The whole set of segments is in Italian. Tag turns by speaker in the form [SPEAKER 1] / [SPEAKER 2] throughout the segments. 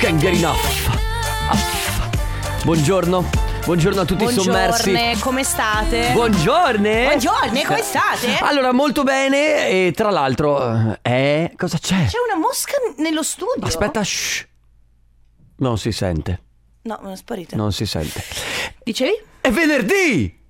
[SPEAKER 1] can't get enough. Buongiorno, buongiorno a tutti i sommersi.
[SPEAKER 2] Buongiorno, come state?
[SPEAKER 1] Buongiorno. Eh,
[SPEAKER 2] Buongiorno, come state?
[SPEAKER 1] Allora, molto bene e tra l'altro, eh, cosa c'è?
[SPEAKER 2] C'è una mosca nello studio.
[SPEAKER 1] Aspetta, shh. Non si sente,
[SPEAKER 2] No, non è sparita.
[SPEAKER 1] non si sente.
[SPEAKER 2] Dicevi?
[SPEAKER 1] È venerdì!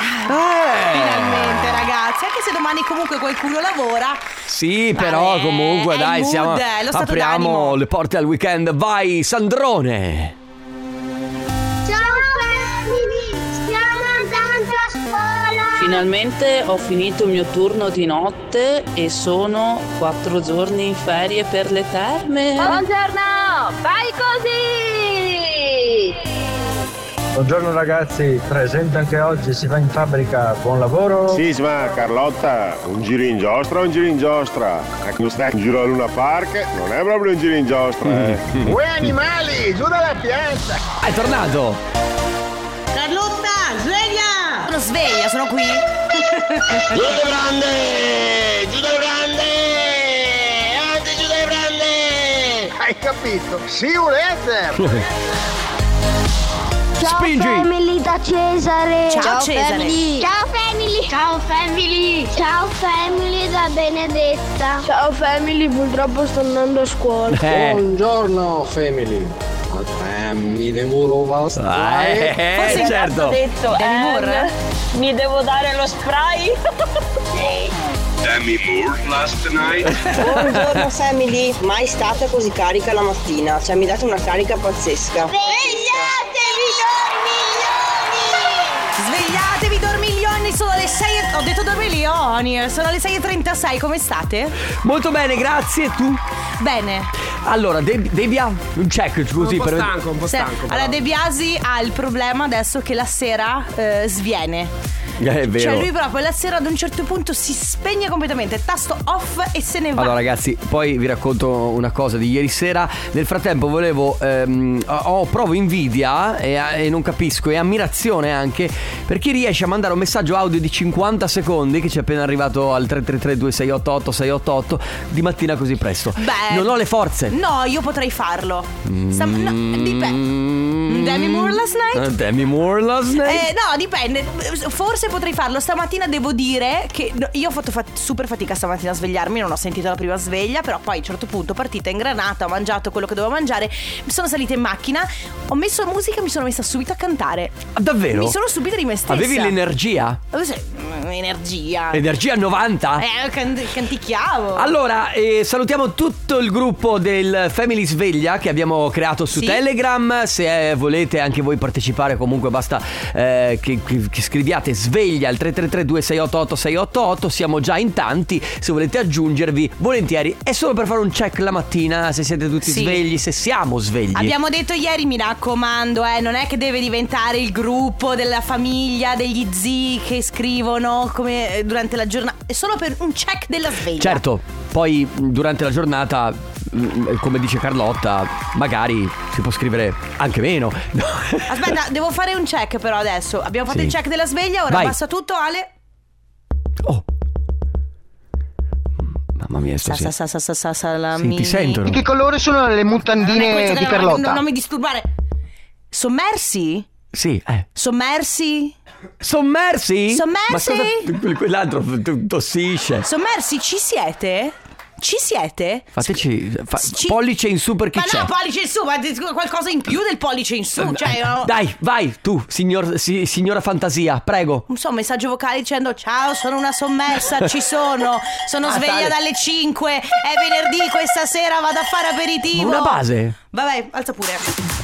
[SPEAKER 1] Eh!
[SPEAKER 2] Finalmente, ragazzi. Anche se domani comunque qualcuno lavora.
[SPEAKER 1] Sì, però
[SPEAKER 2] Vabbè,
[SPEAKER 1] comunque
[SPEAKER 2] è
[SPEAKER 1] dai,
[SPEAKER 2] il mood,
[SPEAKER 1] siamo
[SPEAKER 2] è lo stato
[SPEAKER 1] apriamo
[SPEAKER 2] d'animo.
[SPEAKER 1] le porte al weekend. Vai Sandrone!
[SPEAKER 3] Ciao bambini, stiamo andando a scuola.
[SPEAKER 4] Finalmente ho finito il mio turno di notte e sono quattro giorni in ferie per le terme.
[SPEAKER 5] Buongiorno, fai così!
[SPEAKER 6] Buongiorno ragazzi, presente anche oggi, si va in fabbrica, buon lavoro.
[SPEAKER 7] Sì, sì, ma Carlotta, un giro in giostra, un giro in giostra. Ecco, stai in giro a Luna Park, non è proprio un giro in giostra, eh.
[SPEAKER 8] Uè animali, giù dalla piazza!
[SPEAKER 1] Ah, È tornato!
[SPEAKER 2] Carlotta, sveglia! Sono sveglia, sono qui.
[SPEAKER 8] Giù dai grande! Giù dai grande! Avanti giù dai grande! Hai capito? Sì, un ether!
[SPEAKER 3] Ciao
[SPEAKER 1] Spingi.
[SPEAKER 3] family da Cesare.
[SPEAKER 2] Ciao, Cesare.
[SPEAKER 3] Ciao family. Ciao family. Ciao family da Benedetta. Ciao family, purtroppo sto andando a scuola.
[SPEAKER 1] Eh.
[SPEAKER 6] Buongiorno family. Eh, mi devo
[SPEAKER 1] Ah, eh, eh,
[SPEAKER 2] Forse in
[SPEAKER 1] certo!
[SPEAKER 5] detto,
[SPEAKER 2] Demi Moore?
[SPEAKER 5] mi devo dare lo spray?
[SPEAKER 9] Buongiorno family, mai stata così carica la mattina, cioè mi date una carica pazzesca.
[SPEAKER 3] Svegliatevi dormiglioni.
[SPEAKER 2] Svegliatevi, dormiglioni. Sono le 6. e- Ho detto dormiglioni. eh, Sono le 6.36. Come state?
[SPEAKER 1] Molto bene, grazie. Tu? Ah,
[SPEAKER 2] Bene.
[SPEAKER 1] Allora, De- Debia, un check così per
[SPEAKER 2] Un po' stanco. Allora, De Biasi ha il problema adesso che la sera eh, sviene.
[SPEAKER 1] Eh, È vero.
[SPEAKER 2] Cioè lui proprio la sera ad un certo punto si spegne completamente, tasto off e se ne va.
[SPEAKER 1] Allora ragazzi, poi vi racconto una cosa di ieri sera. Nel frattempo volevo, ehm, ho- ho- provo invidia e, e non capisco, e ammirazione anche per chi riesce a mandare un messaggio audio di 50 secondi che ci è appena arrivato al 333-2688-688 di mattina così presto.
[SPEAKER 2] Beh.
[SPEAKER 1] Non ho le forze.
[SPEAKER 2] No, io potrei farlo. Sam- no, dipende.
[SPEAKER 1] Mm.
[SPEAKER 2] Demi Moore last night?
[SPEAKER 1] Eh, Demi Moore last night?
[SPEAKER 2] Eh, no, dipende. Forse potrei farlo. Stamattina devo dire che no, io ho fatto fa- super fatica stamattina a svegliarmi. Non ho sentito la prima sveglia. Però poi a un certo punto partita in granata. Ho mangiato quello che dovevo mangiare. Mi sono salita in macchina. Ho messo musica e mi sono messa subito a cantare.
[SPEAKER 1] Ah, Davvero?
[SPEAKER 2] Mi sono subito rimessa.
[SPEAKER 1] Avevi l'energia?
[SPEAKER 2] mm, Energia.
[SPEAKER 1] Energia 90?
[SPEAKER 2] eh, can- canticchiavo.
[SPEAKER 1] Ah. Allora, eh, salutiamo tutto il gruppo del Family Sveglia che abbiamo creato su
[SPEAKER 2] Sì.
[SPEAKER 1] Telegram. Se eh, volete anche voi partecipare, comunque basta eh, che, che- che scriviate sveglia al 333-2688-688. Siamo già in tanti. Se volete aggiungervi, volentieri. È solo per fare un check la mattina se siete tutti
[SPEAKER 2] Sì.
[SPEAKER 1] svegli, se siamo svegli.
[SPEAKER 2] Abbiamo detto ieri, mi raccomando, eh, non è che deve diventare il gruppo della famiglia, degli zii che scrivono come eh, durante la giornata. È solo per un check della sveglia.
[SPEAKER 1] Certo, poi mh, durante la giornata, mh, come dice Carlotta, magari si può scrivere anche meno.
[SPEAKER 2] Aspetta, devo fare un check però adesso. Abbiamo fatto
[SPEAKER 1] Sì.
[SPEAKER 2] il check della sveglia, ora
[SPEAKER 1] Vai.
[SPEAKER 2] passa tutto, Ale.
[SPEAKER 1] Oh. Mamma mia, sto
[SPEAKER 2] Sa, sa,
[SPEAKER 1] sì.
[SPEAKER 2] sa, sa, sa, sa, salamini.
[SPEAKER 1] Sì, ti sentono.
[SPEAKER 8] Che colore sono le
[SPEAKER 2] Non è
[SPEAKER 8] mutandine
[SPEAKER 2] questo
[SPEAKER 8] di
[SPEAKER 2] che- non, non,
[SPEAKER 8] Carlotta?
[SPEAKER 2] non mi disturbare. Sommersi?
[SPEAKER 1] Sì, eh.
[SPEAKER 2] Sommersi?
[SPEAKER 1] Sommersi?
[SPEAKER 2] Sommersi?
[SPEAKER 1] Ma cosa... Quell'altro t- tossisce.
[SPEAKER 2] Sommersi, ci siete? Ci siete?
[SPEAKER 1] Fateci fa-
[SPEAKER 2] Ci-
[SPEAKER 1] pollice in su per chi
[SPEAKER 2] Ma
[SPEAKER 1] c'è. Eh,
[SPEAKER 2] no, pollice in su, ma di- qualcosa in più del pollice in su. Cioè, no.
[SPEAKER 1] Dai, vai tu, signor- si- signora fantasia, prego.
[SPEAKER 2] Non so, un messaggio vocale dicendo ciao, sono una sommersa, ci sono, sono
[SPEAKER 1] Ah,
[SPEAKER 2] sveglia
[SPEAKER 1] tale.
[SPEAKER 2] dalle 5, è venerdì, questa sera vado a fare aperitivo.
[SPEAKER 1] Una base.
[SPEAKER 2] Vabbè, alza pure.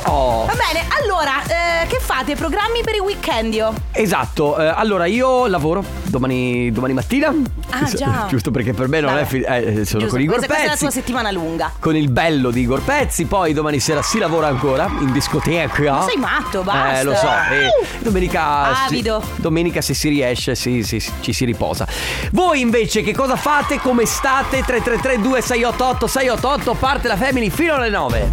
[SPEAKER 1] Oh.
[SPEAKER 2] Va bene, allora, eh, che fate? Programmi per il weekendio?
[SPEAKER 1] Esatto, eh, allora io lavoro domani, domani mattina.
[SPEAKER 2] Ah, già.
[SPEAKER 1] Giusto perché per me non
[SPEAKER 2] Vabbè.
[SPEAKER 1] è fi- eh, eh, sono
[SPEAKER 2] Giusto,
[SPEAKER 1] con Igor
[SPEAKER 2] questa, questa è la
[SPEAKER 1] Pezzi.
[SPEAKER 2] tua settimana lunga.
[SPEAKER 1] con il bello di Igor Pezzi, poi domani sera si lavora ancora in discoteca.
[SPEAKER 2] Ma sei matto, basta.
[SPEAKER 1] Eh, lo so. e domenica.
[SPEAKER 2] Avido.
[SPEAKER 1] si- domenica, se si riesce, si- si- si- ci si riposa. Voi invece, che cosa fate? Come state? 333-2688-688, parte la family fino alle 9.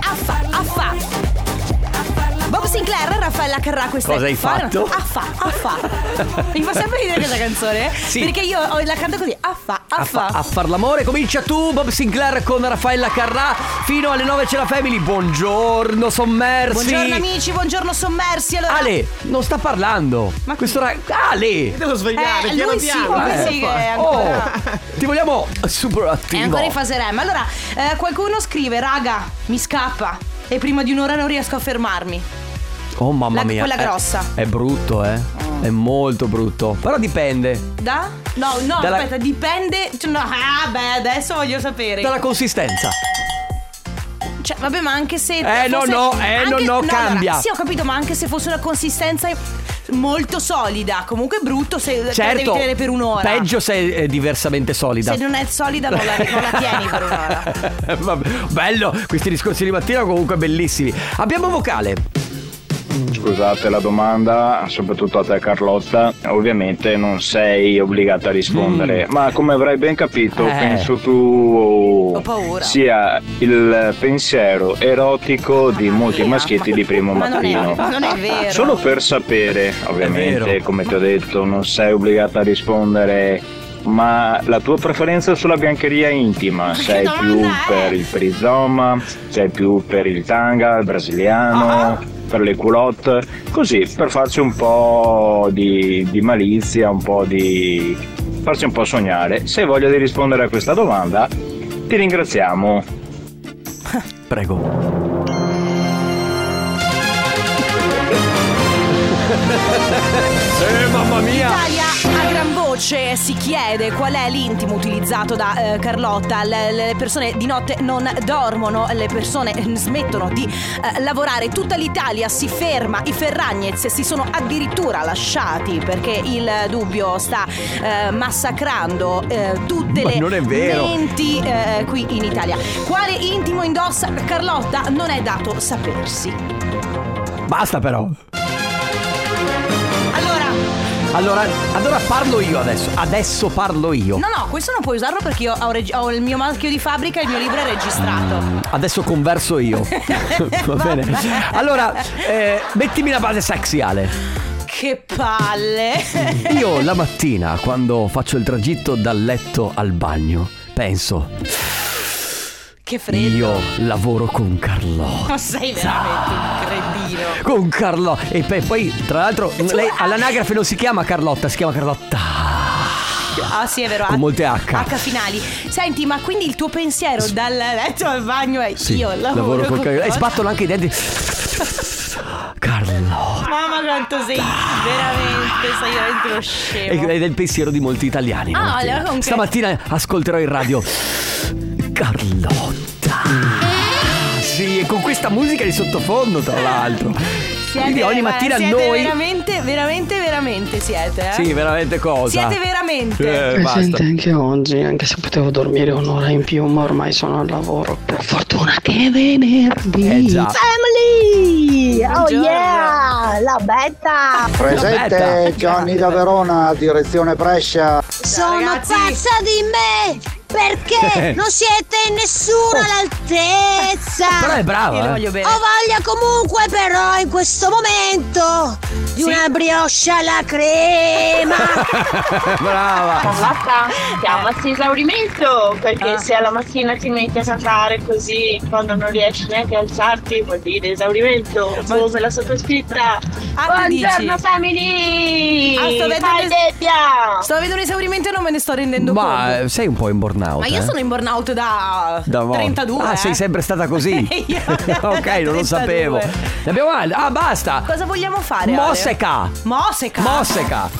[SPEAKER 2] Affa, affa. Bob Sinclair e Raffaella Carrà questa
[SPEAKER 1] Cosa hai
[SPEAKER 2] fa-
[SPEAKER 1] fatto?
[SPEAKER 2] Affa, affa. Mi fa sempre ridere questa canzone. eh?
[SPEAKER 1] Sì.
[SPEAKER 2] Perché io ho- la canto così, affa,
[SPEAKER 1] A,
[SPEAKER 2] affa.
[SPEAKER 1] fa- a far l'amore comincia tu, Bob Sinclair con Raffaella Carrà. Fino alle 9 c'è la family. Buongiorno, sommersi.
[SPEAKER 2] Buongiorno amici, buongiorno sommersi. Allora,
[SPEAKER 1] Ale, non sta parlando.
[SPEAKER 2] Ma chi?
[SPEAKER 1] Questo rag... Ale!
[SPEAKER 10] Devo svegliare,
[SPEAKER 2] Eh,
[SPEAKER 10] piano
[SPEAKER 2] lui sì,
[SPEAKER 10] piano.
[SPEAKER 2] lui sì che è ancora...
[SPEAKER 1] Oh, ti vogliamo super
[SPEAKER 2] È
[SPEAKER 1] attivo.
[SPEAKER 2] ancora in fase REM. Allora, eh, qualcuno scrive, raga, mi scappa. E prima di un'ora non riesco a fermarmi.
[SPEAKER 1] Oh mamma
[SPEAKER 2] La-
[SPEAKER 1] mia.
[SPEAKER 2] quella
[SPEAKER 1] È-
[SPEAKER 2] grossa. Oh.
[SPEAKER 1] È, brutto, eh. È molto brutto. Però dipende
[SPEAKER 2] Da? No, no,
[SPEAKER 1] Dalla-
[SPEAKER 2] aspetta, dipende. cioè, no, ah, beh, adesso voglio sapere.
[SPEAKER 1] dalla consistenza.
[SPEAKER 2] Cioè, vabbè, ma anche se.
[SPEAKER 1] Eh, no, no, eh, no, no, cambia.
[SPEAKER 2] allora, sì, ho capito, ma anche se fosse una consistenza molto solida. Comunque è brutto se te la devi
[SPEAKER 1] Certo.
[SPEAKER 2] tenere per un'ora.
[SPEAKER 1] Peggio se è diversamente solida.
[SPEAKER 2] Se non è solida, non la, non la tieni per un'ora.
[SPEAKER 1] Vabbè, bello, questi discorsi di mattina comunque bellissimi. Abbiamo vocale.
[SPEAKER 6] Scusate la domanda, soprattutto a te Carlotta, ovviamente non sei obbligata a rispondere,
[SPEAKER 2] Mm.
[SPEAKER 6] ma come avrai ben capito
[SPEAKER 1] Eh.
[SPEAKER 6] penso tu
[SPEAKER 2] Ho paura.
[SPEAKER 6] sia il pensiero erotico di
[SPEAKER 2] Mamma
[SPEAKER 6] molti
[SPEAKER 2] mia,
[SPEAKER 6] maschietti
[SPEAKER 2] ma-
[SPEAKER 6] di primo
[SPEAKER 2] ma non è-
[SPEAKER 6] mattino.
[SPEAKER 2] ma non è vero.
[SPEAKER 6] Solo per sapere, ovviamente,
[SPEAKER 1] vero.
[SPEAKER 6] come ti ho detto, non sei obbligata a rispondere. Ma la tua preferenza sulla biancheria intima?
[SPEAKER 2] che
[SPEAKER 6] Sei più
[SPEAKER 2] domanda è?
[SPEAKER 6] per il perizoma, sei più per il tanga, il brasiliano,
[SPEAKER 2] Ah.
[SPEAKER 6] per le culotte, così per farci un po' di, di malizia, un po' di. farci un po' sognare. Se hai voglia di rispondere a questa domanda, ti ringraziamo.
[SPEAKER 1] Prego.
[SPEAKER 2] Eh, Italia a gran voce si chiede qual è l'intimo utilizzato da eh, Carlotta. Le, le persone di notte non dormono, le persone eh, smettono di eh, lavorare. Tutta l'Italia si ferma, i Ferragnez si sono addirittura lasciati perché il dubbio sta eh, massacrando eh, tutte
[SPEAKER 1] Ma
[SPEAKER 2] le
[SPEAKER 1] non è vero.
[SPEAKER 2] menti eh, qui in Italia. Quale intimo indossa Carlotta? Non è dato sapersi.
[SPEAKER 1] Ecco. Basta però.
[SPEAKER 2] Allora,
[SPEAKER 1] Allora, allora parlo io adesso. Adesso parlo io.
[SPEAKER 2] No, no, questo non puoi usarlo perché io ho, reg- ho il mio marchio di fabbrica e il mio libro è registrato.
[SPEAKER 1] Adesso converso io. Va bene. Allora, eh, mettimi la base sexy Ale.
[SPEAKER 2] Che palle!
[SPEAKER 1] Io la mattina, quando faccio il tragitto dal letto al bagno, penso,
[SPEAKER 2] Che freddo!
[SPEAKER 1] io lavoro con Carlotta.
[SPEAKER 2] Ma sei veramente un cretino.
[SPEAKER 1] Con Carlotta. E pe- poi, tra l'altro, lei all'anagrafe non si chiama Carlotta, si chiama Carlotta.
[SPEAKER 2] Ah, sì, è vero.
[SPEAKER 1] Con
[SPEAKER 2] H-
[SPEAKER 1] molte H.
[SPEAKER 2] H finali. Senti, ma quindi il tuo pensiero dal letto al bagno è
[SPEAKER 1] Sì,
[SPEAKER 2] io lavoro,
[SPEAKER 1] con Carlotta. E sbattono anche i denti. Carlotta.
[SPEAKER 2] Mamma quanto sei veramente, sei veramente lo scemo.
[SPEAKER 1] Ed è il pensiero di molti italiani.
[SPEAKER 2] Ah,
[SPEAKER 1] molti.
[SPEAKER 2] allora con che-
[SPEAKER 1] Stamattina ascolterò in radio Carlotta. Sì, e con questa musica di sottofondo, tra l'altro.
[SPEAKER 2] Siete-
[SPEAKER 1] Quindi ogni
[SPEAKER 2] guarda,
[SPEAKER 1] mattina
[SPEAKER 2] siete
[SPEAKER 1] noi
[SPEAKER 2] veramente, veramente, veramente siete. Eh?
[SPEAKER 1] Sì, veramente cosa?
[SPEAKER 2] Siete veramente.
[SPEAKER 1] Eh, basta.
[SPEAKER 9] anche oggi, anche se potevo dormire un'ora in più, ma ormai sono al lavoro. Per fortuna che è venerdì.
[SPEAKER 1] Eh già.
[SPEAKER 8] Family! Oh,
[SPEAKER 2] Buongiorno.
[SPEAKER 8] La betta!
[SPEAKER 1] La
[SPEAKER 6] Presente
[SPEAKER 1] betta.
[SPEAKER 6] Johnny da Verona, direzione Brescia.
[SPEAKER 3] Sono
[SPEAKER 2] ragazzi.
[SPEAKER 3] pazza di me!
[SPEAKER 1] Eh.
[SPEAKER 3] Perché non siete in nessuna all'altezza!
[SPEAKER 1] Però è brava.
[SPEAKER 2] Io
[SPEAKER 1] eh.
[SPEAKER 2] lo voglio bene.
[SPEAKER 3] Ho voglia comunque però in questo momento di una brioche alla
[SPEAKER 2] Eh,
[SPEAKER 3] crema!
[SPEAKER 1] brava.
[SPEAKER 5] Carlotta, chiamati esaurimento
[SPEAKER 2] Ah.
[SPEAKER 5] perché se alla mattina ti metti a cantare così quando non riesci neanche a alzarti vuol dire esaurimento come la sottoscritta
[SPEAKER 2] Ah, tu
[SPEAKER 5] Buongiorno
[SPEAKER 2] dici?
[SPEAKER 5] family
[SPEAKER 2] Ah, sto vedendo
[SPEAKER 5] Fai
[SPEAKER 2] es-
[SPEAKER 5] debbia!
[SPEAKER 2] Sto avendo un esaurimento e non me ne sto rendendo
[SPEAKER 1] Ma
[SPEAKER 2] conto.
[SPEAKER 1] eh, sei un po' in burnout.
[SPEAKER 2] Ma io
[SPEAKER 1] eh?
[SPEAKER 2] sono in burnout da,
[SPEAKER 1] Da mo-
[SPEAKER 2] 32.
[SPEAKER 1] Ah,
[SPEAKER 2] eh.
[SPEAKER 1] sei sempre stata così.
[SPEAKER 2] Io-
[SPEAKER 1] ok, non lo
[SPEAKER 2] 32.
[SPEAKER 1] sapevo. Ne abbiamo altri? Ah, basta.
[SPEAKER 2] Cosa vogliamo fare? Ale?
[SPEAKER 1] Mosseca.
[SPEAKER 2] Mosseca.
[SPEAKER 1] Mosseca.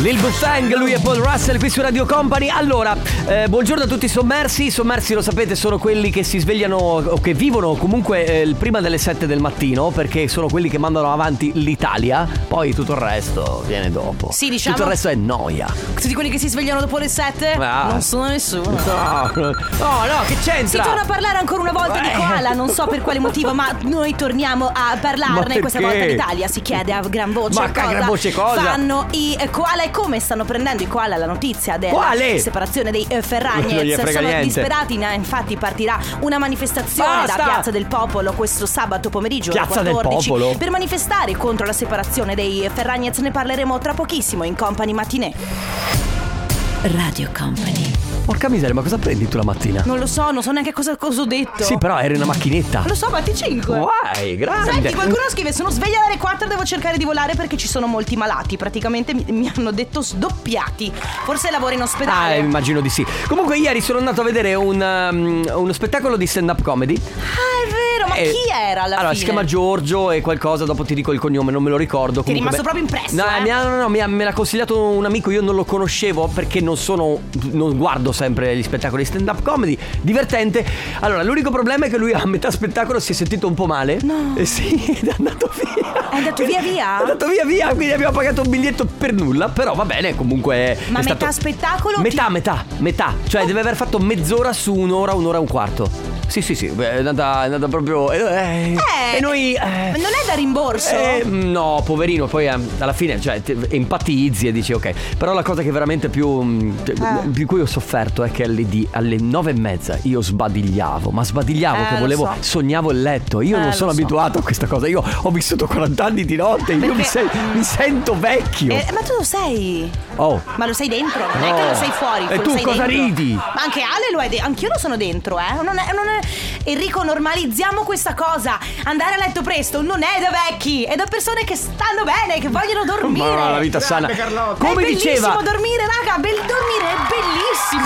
[SPEAKER 1] Lil Bustang, lui e Paul Russell qui su Radio Company. Allora, eh, buongiorno a tutti i sommersi. I sommersi, lo sapete, sono quelli che si svegliano o che vivono comunque eh, il prima delle 7 del mattino perché sono quelli che mandano avanti l'Italia. Poi tutto il resto viene dopo.
[SPEAKER 2] Sì, diciamo-
[SPEAKER 1] Tutto il resto è noia.
[SPEAKER 2] Tutti quelli che si svegliano dopo le 7
[SPEAKER 1] Ah.
[SPEAKER 2] non sono nessuno.
[SPEAKER 1] No, no, Oh, no, che
[SPEAKER 2] Si
[SPEAKER 1] c'entra?
[SPEAKER 2] torna a parlare ancora una volta di
[SPEAKER 1] Eh.
[SPEAKER 2] koala, non so per quale motivo, ma noi torniamo a
[SPEAKER 1] Ma
[SPEAKER 2] parlarne. Questa
[SPEAKER 1] perché?
[SPEAKER 2] volta l'Italia si chiede a gran voce
[SPEAKER 1] Ma a
[SPEAKER 2] cosa,
[SPEAKER 1] gran voce cosa?
[SPEAKER 2] fanno i eh, koala e come stanno prendendo i koala la notizia della
[SPEAKER 1] Quale?
[SPEAKER 2] separazione dei eh,
[SPEAKER 1] Non gli
[SPEAKER 2] Ferragnez.
[SPEAKER 1] frega
[SPEAKER 2] Sono
[SPEAKER 1] niente.
[SPEAKER 2] disperati, na- infatti partirà una manifestazione
[SPEAKER 1] Basta!
[SPEAKER 2] da Piazza del Popolo questo sabato pomeriggio alle
[SPEAKER 1] Piazza del
[SPEAKER 2] 14
[SPEAKER 1] Popolo?
[SPEAKER 2] per manifestare contro la separazione dei eh, Ferragnez. Ne parleremo tra pochissimo in Company Matinée. Radio Company.
[SPEAKER 1] Porca miseria, ma cosa prendi tu la mattina?
[SPEAKER 2] Non lo so, non so neanche cosa, cosa ho detto.
[SPEAKER 1] Sì, però eri una macchinetta.
[SPEAKER 2] Esatto. Lo so, batti 5.
[SPEAKER 1] Guai, grande.
[SPEAKER 2] Senti, qualcuno scrive: Sono sveglia alle 4, devo cercare di volare perché ci sono molti malati. Praticamente mi, mi hanno detto sdoppiati. Forse lavora in
[SPEAKER 1] Ah,
[SPEAKER 2] ospedale.
[SPEAKER 1] immagino di sì. Comunque, ieri sono andato a vedere un, um, uno spettacolo di stand-up comedy.
[SPEAKER 2] Ah, è vero, ma
[SPEAKER 1] Eh,
[SPEAKER 2] chi era alla
[SPEAKER 1] allora,
[SPEAKER 2] fine?
[SPEAKER 1] si chiama Giorgio e qualcosa, dopo ti dico il cognome, non me lo ricordo.
[SPEAKER 2] Ti è
[SPEAKER 1] Comunque,
[SPEAKER 2] rimasto proprio impresso,
[SPEAKER 1] No,
[SPEAKER 2] eh?
[SPEAKER 1] mi ha- no, no, mi ha- me l'ha consigliato un amico, io non lo conoscevo perché non sono. non guardo sempre gli spettacoli di stand-up comedy. Divertente. Allora, l'unico problema è che lui a metà spettacolo si è sentito un po' male.
[SPEAKER 2] No.
[SPEAKER 1] Eh sì, è andato via.
[SPEAKER 2] È andato via
[SPEAKER 1] È
[SPEAKER 2] via?
[SPEAKER 1] andato via via, quindi abbiamo pagato un biglietto per nulla. Però va bene, comunque. è-
[SPEAKER 2] Ma
[SPEAKER 1] è
[SPEAKER 2] metà
[SPEAKER 1] stato-
[SPEAKER 2] spettacolo?
[SPEAKER 1] Metà, metà, metà. Cioè, deve aver fatto mezz'ora su un'ora, un'ora e un quarto. Sì, sì, sì, beh, è andata, è andata proprio. eh,
[SPEAKER 2] Eh,
[SPEAKER 1] e noi. eh,
[SPEAKER 2] Ma non è da rimborso?
[SPEAKER 1] eh, no, poverino, poi eh, alla fine cioè, te- empatizzi e dici ok. Però la cosa che veramente più. mh, cioè,
[SPEAKER 2] Eh.
[SPEAKER 1] di cui ho sofferto è che alle, di- alle nove e mezza io sbadigliavo, ma sbadigliavo
[SPEAKER 2] Eh,
[SPEAKER 1] che
[SPEAKER 2] lo
[SPEAKER 1] volevo.
[SPEAKER 2] so.
[SPEAKER 1] Sognavo il letto. Io
[SPEAKER 2] Eh,
[SPEAKER 1] non
[SPEAKER 2] lo
[SPEAKER 1] sono
[SPEAKER 2] so.
[SPEAKER 1] abituato a questa cosa. Io ho vissuto 40 anni di notte. Io mi,
[SPEAKER 2] Perché-
[SPEAKER 1] sen- mi sento vecchio.
[SPEAKER 2] Eh, ma tu lo sei?
[SPEAKER 1] oh.
[SPEAKER 2] Ma lo sei dentro? Non è che
[SPEAKER 1] No.
[SPEAKER 2] lo sei fuori.
[SPEAKER 1] E
[SPEAKER 2] lo
[SPEAKER 1] tu
[SPEAKER 2] sei
[SPEAKER 1] cosa
[SPEAKER 2] dentro.
[SPEAKER 1] ridi?
[SPEAKER 2] Ma anche Ale lo è dentro. Anch'io lo sono dentro, eh. Non è, non è- Enrico, normalizziamo questa cosa. Andare a letto presto non è da vecchi, è da persone che stanno bene, che vogliono dormire.
[SPEAKER 1] Ma la vita sana. Come
[SPEAKER 2] è
[SPEAKER 1] diceva,
[SPEAKER 2] bellissimo dormire, raga. Bel dormire è bellissimo.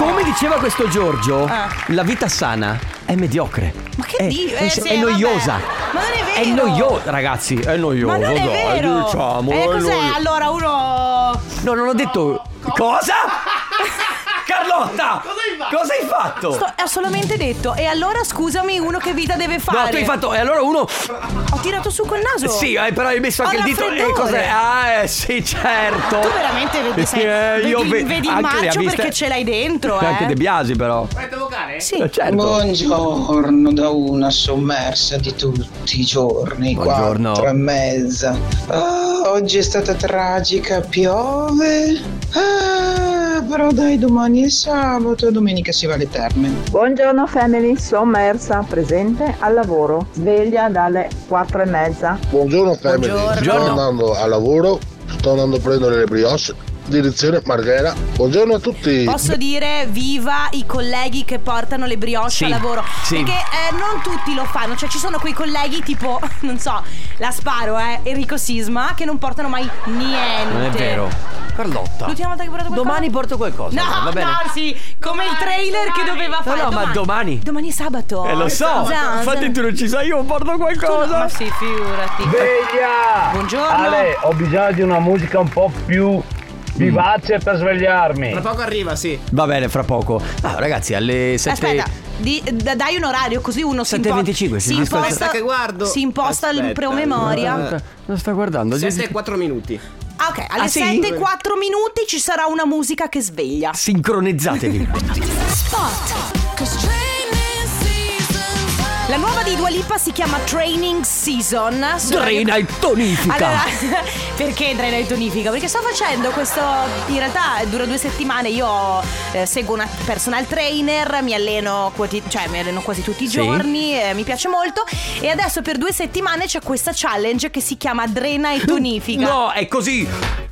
[SPEAKER 1] come diceva questo Giorgio,
[SPEAKER 2] Ah.
[SPEAKER 1] la vita sana è mediocre.
[SPEAKER 2] Ma che
[SPEAKER 1] è,
[SPEAKER 2] di-
[SPEAKER 1] è,
[SPEAKER 2] eh, sì,
[SPEAKER 1] è noiosa.
[SPEAKER 2] vabbè. Ma non è
[SPEAKER 1] È
[SPEAKER 2] vero.
[SPEAKER 1] noiosa, ragazzi, è noiosa.
[SPEAKER 2] Ma non è
[SPEAKER 1] dai,
[SPEAKER 2] vero.
[SPEAKER 1] diciamo,
[SPEAKER 2] eh,
[SPEAKER 1] è
[SPEAKER 2] cos'è?
[SPEAKER 1] noiosa.
[SPEAKER 2] Allora uno.
[SPEAKER 1] No, non ho detto cosa? Ah, Carlotta! Cosa hai fatto?
[SPEAKER 2] Sto- ho solamente detto. E allora scusami, uno che vita deve fare?
[SPEAKER 1] No, tu hai fatto. E allora uno.
[SPEAKER 2] Ho tirato su col naso.
[SPEAKER 1] Sì, eh, però hai messo anche
[SPEAKER 2] Ho
[SPEAKER 1] il dito. E
[SPEAKER 2] raffreddore.
[SPEAKER 1] cos'è? Ah, eh, sì, certo.
[SPEAKER 2] Tu veramente vedi, sei,
[SPEAKER 1] Eh,
[SPEAKER 2] vedi,
[SPEAKER 1] io ve-
[SPEAKER 2] vedi il
[SPEAKER 1] anche le ha
[SPEAKER 2] marcio
[SPEAKER 1] viste-
[SPEAKER 2] perché ce l'hai dentro, eh.
[SPEAKER 1] Anche De Biasi, però.
[SPEAKER 2] Sì.
[SPEAKER 1] Eh, Certo.
[SPEAKER 9] Buongiorno da una sommersa di tutti i giorni,
[SPEAKER 1] Buongiorno.
[SPEAKER 9] quattro e mezza. Ah, oggi è stata tragica, piove. Ah, però dai, domani è sabato, domenica si va alle terme.
[SPEAKER 10] Buongiorno family, sono Mersa, presente al lavoro, sveglia dalle 4 e mezza.
[SPEAKER 8] Buongiorno family,
[SPEAKER 1] Buongiorno.
[SPEAKER 8] sto andando al lavoro, sto andando a prendere le brioche, direzione Marghera. Buongiorno a tutti.
[SPEAKER 2] Posso dire viva i colleghi che portano le brioche
[SPEAKER 1] Sì,
[SPEAKER 2] al lavoro.
[SPEAKER 1] sì.
[SPEAKER 2] Perché eh, non tutti lo fanno. Cioè, ci sono quei colleghi tipo, non so, la sparo, eh, Enrico Sisma, che non portano mai niente.
[SPEAKER 1] Non è vero. Carlotta.
[SPEAKER 2] L'ultima volta che ho portato qualcosa?
[SPEAKER 1] Domani porto qualcosa.
[SPEAKER 2] No,
[SPEAKER 1] va bene.
[SPEAKER 2] no, sì, come il trailer che doveva fare.
[SPEAKER 1] no, ma domani.
[SPEAKER 2] Domani è sabato.
[SPEAKER 1] Eh, lo so.
[SPEAKER 2] Zan,
[SPEAKER 1] Infatti
[SPEAKER 2] zan.
[SPEAKER 1] tu non ci sai, io porto
[SPEAKER 2] Tu no,
[SPEAKER 1] qualcosa.
[SPEAKER 2] ma sì, figurati.
[SPEAKER 11] Sveglia!
[SPEAKER 2] Buongiorno.
[SPEAKER 11] Ale, ho bisogno di una musica un po' più vivace per svegliarmi.
[SPEAKER 12] poco arriva, sì.
[SPEAKER 1] Va bene, fra poco. Ah, ragazzi, alle 7.
[SPEAKER 2] Aspetta, di- d- dai un orario così uno si, impo-
[SPEAKER 1] 7:25,
[SPEAKER 2] si
[SPEAKER 1] sì.
[SPEAKER 2] imposta.
[SPEAKER 12] Aspetta che guardo.
[SPEAKER 2] Si imposta il
[SPEAKER 12] Aspetta.
[SPEAKER 2] promemoria.
[SPEAKER 11] eh.
[SPEAKER 1] Lo sta guardando.
[SPEAKER 12] Sette e 4 minuti.
[SPEAKER 2] Ah, ok, alle
[SPEAKER 1] Ah, sì?
[SPEAKER 2] 7 4 minuti ci sarà una musica che sveglia.
[SPEAKER 1] Sincronizzatevi.
[SPEAKER 2] La nuova di Dua Lipa si chiama Training Season. su Radio-
[SPEAKER 1] Drena e tonifica.
[SPEAKER 2] Allora, perché drena e tonifica? Perché sto facendo questo. In realtà dura due settimane. Io eh, seguo una personal trainer, mi alleno, quoti- cioè, mi alleno quasi tutti i
[SPEAKER 1] Sì.
[SPEAKER 2] giorni, eh, mi piace molto. E adesso per due settimane c'è questa challenge che si chiama Drena e tonifica.
[SPEAKER 1] No, eh, è così.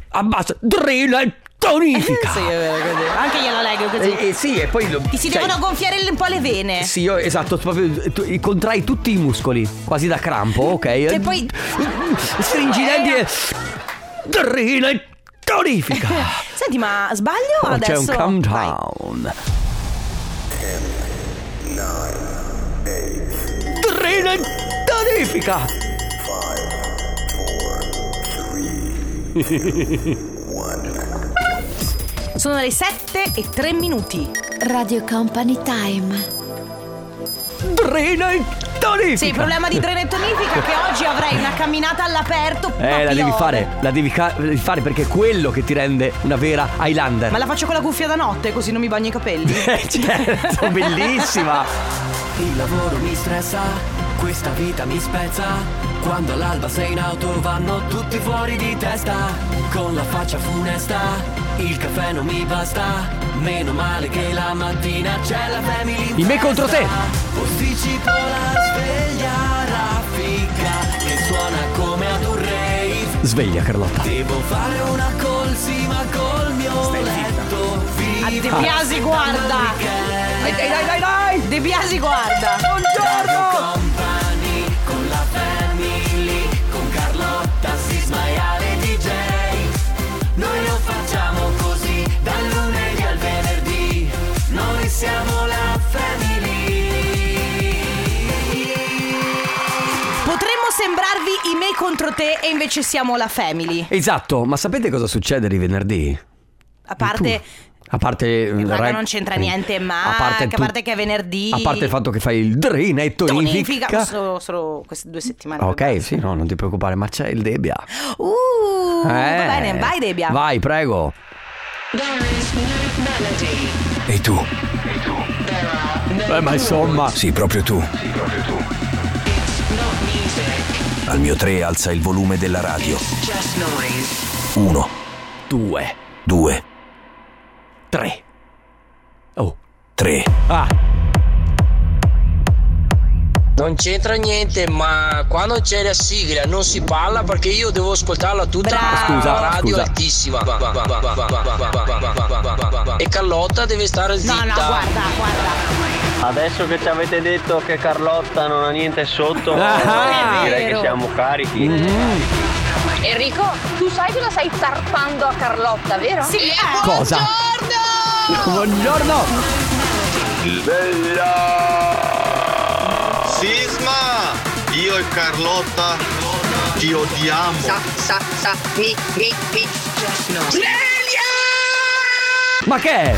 [SPEAKER 1] Abbassa. Drena e tonifica.
[SPEAKER 2] Sì, è vero, così. Anche glielo leggo così.
[SPEAKER 1] Eh, eh, sì, e poi lo.
[SPEAKER 2] Ti si
[SPEAKER 1] cioè,
[SPEAKER 2] devono gonfiare un po' le vene.
[SPEAKER 1] Sì, io, esatto, proprio, tu, contrai tutti i muscoli, quasi da crampo, ok?
[SPEAKER 2] E Cioè, poi- Eh,
[SPEAKER 1] Stringi i denti e. Drena e tonifica.
[SPEAKER 2] Senti, ma sbaglio
[SPEAKER 1] Oh,
[SPEAKER 2] adesso?
[SPEAKER 1] c'è un
[SPEAKER 2] Vai.
[SPEAKER 1] countdown. Drena e tonifica.
[SPEAKER 2] Sono le 7 e 3 minuti.
[SPEAKER 3] Radio Company Time.
[SPEAKER 1] Drena e tonifica.
[SPEAKER 2] Sì, il problema di drena e tonifica è che oggi avrei una camminata all'aperto. ma
[SPEAKER 1] Eh, la devi
[SPEAKER 2] piove.
[SPEAKER 1] fare, la devi ca- devi fare perché è quello che ti rende una vera Highlander.
[SPEAKER 2] Ma la faccio con la cuffia da notte così non mi bagno i capelli.
[SPEAKER 1] Eh, certo, bellissima.
[SPEAKER 12] Il lavoro mi stressa, questa vita mi spezza.
[SPEAKER 13] Quando all'alba sei in auto vanno tutti fuori di testa Con la faccia funesta Il caffè non mi basta Meno male che la mattina c'è la family in
[SPEAKER 1] Il me contro te.
[SPEAKER 13] festa. Posticipo la sveglia raffica Che suona come ad un rave
[SPEAKER 1] Sveglia Carlotta.
[SPEAKER 13] Devo fare una colsima col mio letto
[SPEAKER 2] A Ah, De Biasi guarda Dai dai dai dai dai De Biasi guarda Buongiorno
[SPEAKER 13] Con la family Con Carlotta, Sisma e Ale DJ Noi lo facciamo così Dal lunedì al venerdì Noi siamo la family
[SPEAKER 2] Potremmo sembrarvi i me contro te e invece siamo la family
[SPEAKER 1] Esatto, ma sapete cosa succede di venerdì?
[SPEAKER 2] A parte
[SPEAKER 1] A parte il
[SPEAKER 2] Guarda,
[SPEAKER 1] reg-
[SPEAKER 2] non c'entra niente ma
[SPEAKER 1] Mm. A parte
[SPEAKER 2] a
[SPEAKER 1] tu-
[SPEAKER 2] parte che è venerdì
[SPEAKER 1] A parte il fatto che fai il drina e tonifica.
[SPEAKER 2] Tonifica solo, solo queste due settimane
[SPEAKER 1] Ok, sì, no, non ti preoccupare, ma c'è il Debia.
[SPEAKER 2] Uh Va bene vai Debia
[SPEAKER 1] Eh, Vai, prego. E tu? Eh, ma insomma.
[SPEAKER 14] Sì, proprio tu. Al mio 3 alza il volume della radio. 1, 2, 2,
[SPEAKER 1] 3. Oh.
[SPEAKER 14] 3.
[SPEAKER 1] Ah.
[SPEAKER 15] Non c'entra niente, ma quando c'è la sigla non si parla perché io devo ascoltarla tutta
[SPEAKER 1] Scusa,
[SPEAKER 15] a radio
[SPEAKER 1] scusa.
[SPEAKER 15] altissima. E Carlotta deve stare zitta.
[SPEAKER 2] No, no, guarda, guarda.
[SPEAKER 16] Adesso che ci avete detto che Carlotta non ha niente sotto,
[SPEAKER 1] Ah,
[SPEAKER 16] direi
[SPEAKER 1] è vero. Mhm.
[SPEAKER 16] che siamo carichi.
[SPEAKER 17] Enrico, tu sai cosa stai tarpando a Carlotta, vero? Sì,
[SPEAKER 2] eh,
[SPEAKER 1] Cosa? Buongiorno!
[SPEAKER 10] Sisma! Io e Carlotta ti odiamo!
[SPEAKER 17] Sa, sa, sa, mi, mi, mi.
[SPEAKER 1] Ma che è?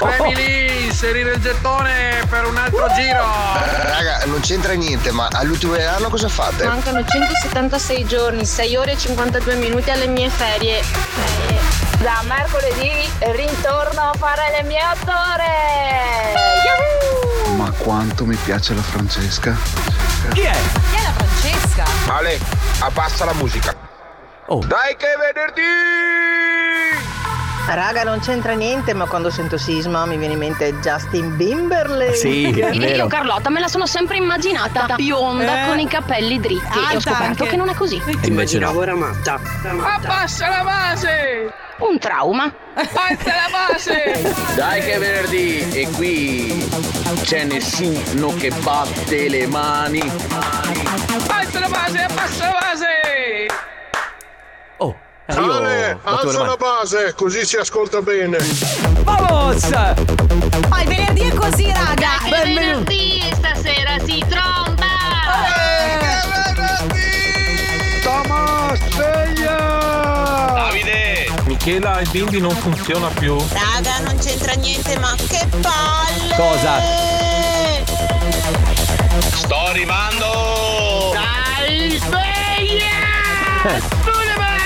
[SPEAKER 2] Oh,
[SPEAKER 9] Family, inserire il gettone per un altro
[SPEAKER 1] Uh!
[SPEAKER 9] giro.
[SPEAKER 18] Raga, non c'entra niente, ma all'ultimo dell'anno cosa fate?
[SPEAKER 17] Mancano 176 giorni, 6 ore e 52 minuti alle mie ferie. Da mercoledì rintorno a fare le mie 8 ore.
[SPEAKER 5] Ma quanto mi piace la Francesca.
[SPEAKER 1] Chi è?
[SPEAKER 2] Chi è la Francesca?
[SPEAKER 5] Ale, abbassa la musica.
[SPEAKER 9] Dai che è venerdì!
[SPEAKER 19] Raga, non c'entra niente, ma quando sento sisma mi viene in mente Justin Bimberley.
[SPEAKER 1] Sì, è
[SPEAKER 17] Io
[SPEAKER 1] vero.
[SPEAKER 17] Carlotta me la sono sempre immaginata bionda
[SPEAKER 2] Eh.
[SPEAKER 17] con i capelli dritti
[SPEAKER 2] Ah,
[SPEAKER 17] e ho scoperto che non è così.
[SPEAKER 1] invece no.
[SPEAKER 17] Ora matta.
[SPEAKER 9] Abbassa la base!
[SPEAKER 17] Un trauma.
[SPEAKER 9] Alza la base!
[SPEAKER 20] Dai che è venerdì e qui c'è nessuno che batte le mani.
[SPEAKER 9] Alza la base, abbassa la base!
[SPEAKER 1] Ale,
[SPEAKER 9] alza la
[SPEAKER 21] base, così si ascolta bene.
[SPEAKER 1] Vamos!
[SPEAKER 2] Poi venerdì è così raga
[SPEAKER 17] stasera si tromba.
[SPEAKER 9] Thomas, sveglia!
[SPEAKER 22] Davide! Michela, il bimbi non funziona più.
[SPEAKER 23] Raga, non c'entra niente, ma che palle!
[SPEAKER 1] Cosa?
[SPEAKER 22] Sto rimando!
[SPEAKER 9] Dai, sveglia! Sulle mani!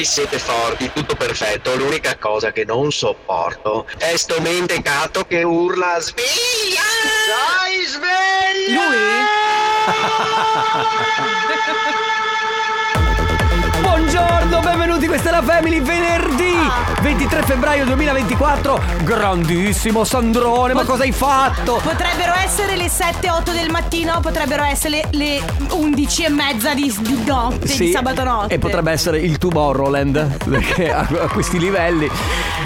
[SPEAKER 24] Siete forti, tutto perfetto. L'unica cosa che non sopporto è sto mendicato che urla sveglia!
[SPEAKER 9] Dai, sveglia!
[SPEAKER 1] Buongiorno, benvenuti, questa è la Family venerdì
[SPEAKER 2] Ah.
[SPEAKER 1] 23 febbraio 2024. Grandissimo Sandrone, ma cosa hai fatto?
[SPEAKER 2] Potrebbero essere le 7-8 del mattino, potrebbero essere le, le 11 e mezza di, di notte, di sabato notte.
[SPEAKER 1] E potrebbe essere il Tomorrowland Perché a, a questi livelli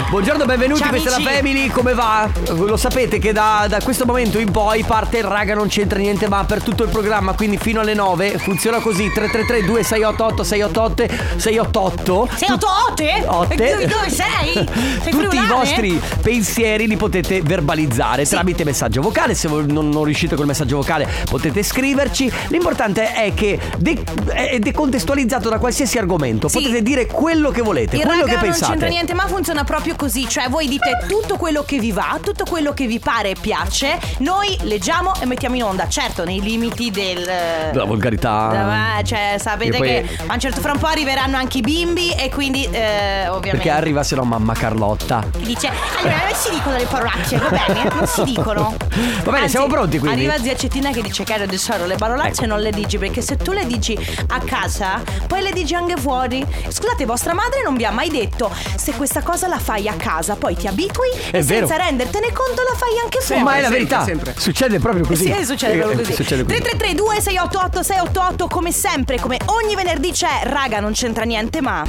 [SPEAKER 1] Buongiorno, benvenuti,
[SPEAKER 2] Ciao,
[SPEAKER 1] questa è
[SPEAKER 2] amici.
[SPEAKER 1] la Family, come va? Lo sapete che da, da questo momento in poi parte il raga non c'entra niente ma per tutto il programma Quindi fino alle 9 funziona così 333 2688 688 688
[SPEAKER 2] Sei otto otte? E tu dove sei? Sei
[SPEAKER 1] Tutti i
[SPEAKER 2] friulane?
[SPEAKER 1] vostri pensieri li potete verbalizzare tramite messaggio vocale. Se voi non, non riuscite col messaggio vocale potete scriverci. L'importante è che de- è decontestualizzato da qualsiasi argomento. Potete dire quello che volete,
[SPEAKER 2] Il
[SPEAKER 1] quello
[SPEAKER 2] raga
[SPEAKER 1] che
[SPEAKER 2] non
[SPEAKER 1] pensate.
[SPEAKER 2] c'entra niente, ma funziona proprio così. Cioè, voi dite tutto quello che vi va, tutto quello che vi pare e piace. Noi leggiamo e mettiamo in onda, certo, nei limiti del.
[SPEAKER 1] Della volgarità.
[SPEAKER 2] Da- cioè, sapete
[SPEAKER 1] E poi-
[SPEAKER 2] che a un certo fra un po' arriveranno anche i bimbi e quindi eh, ovviamente
[SPEAKER 1] Perché arriva se no mamma Carlotta.
[SPEAKER 2] dice allora non si dicono le parolacce, Cioè, va bene, non si dicono.
[SPEAKER 1] Va bene,
[SPEAKER 2] Anzi,
[SPEAKER 1] siamo pronti quindi.
[SPEAKER 2] Arriva zia Cettina che dice caro tesoro le parolacce non le dici perché se tu le dici a casa poi le dici anche fuori. Scusate, vostra madre non vi ha mai detto se questa cosa la fai a casa poi ti abitui
[SPEAKER 1] È
[SPEAKER 2] e
[SPEAKER 1] vero.
[SPEAKER 2] senza rendertene conto la fai anche fuori.
[SPEAKER 1] Eh, Ma è la verità. Succede proprio così.
[SPEAKER 2] Sì, succede
[SPEAKER 1] Eh,
[SPEAKER 2] proprio
[SPEAKER 1] eh,
[SPEAKER 2] così.
[SPEAKER 1] Succede così.
[SPEAKER 2] 3332 688 688 come sempre, come ogni venerdì c'è, raga, non c'entra niente, ma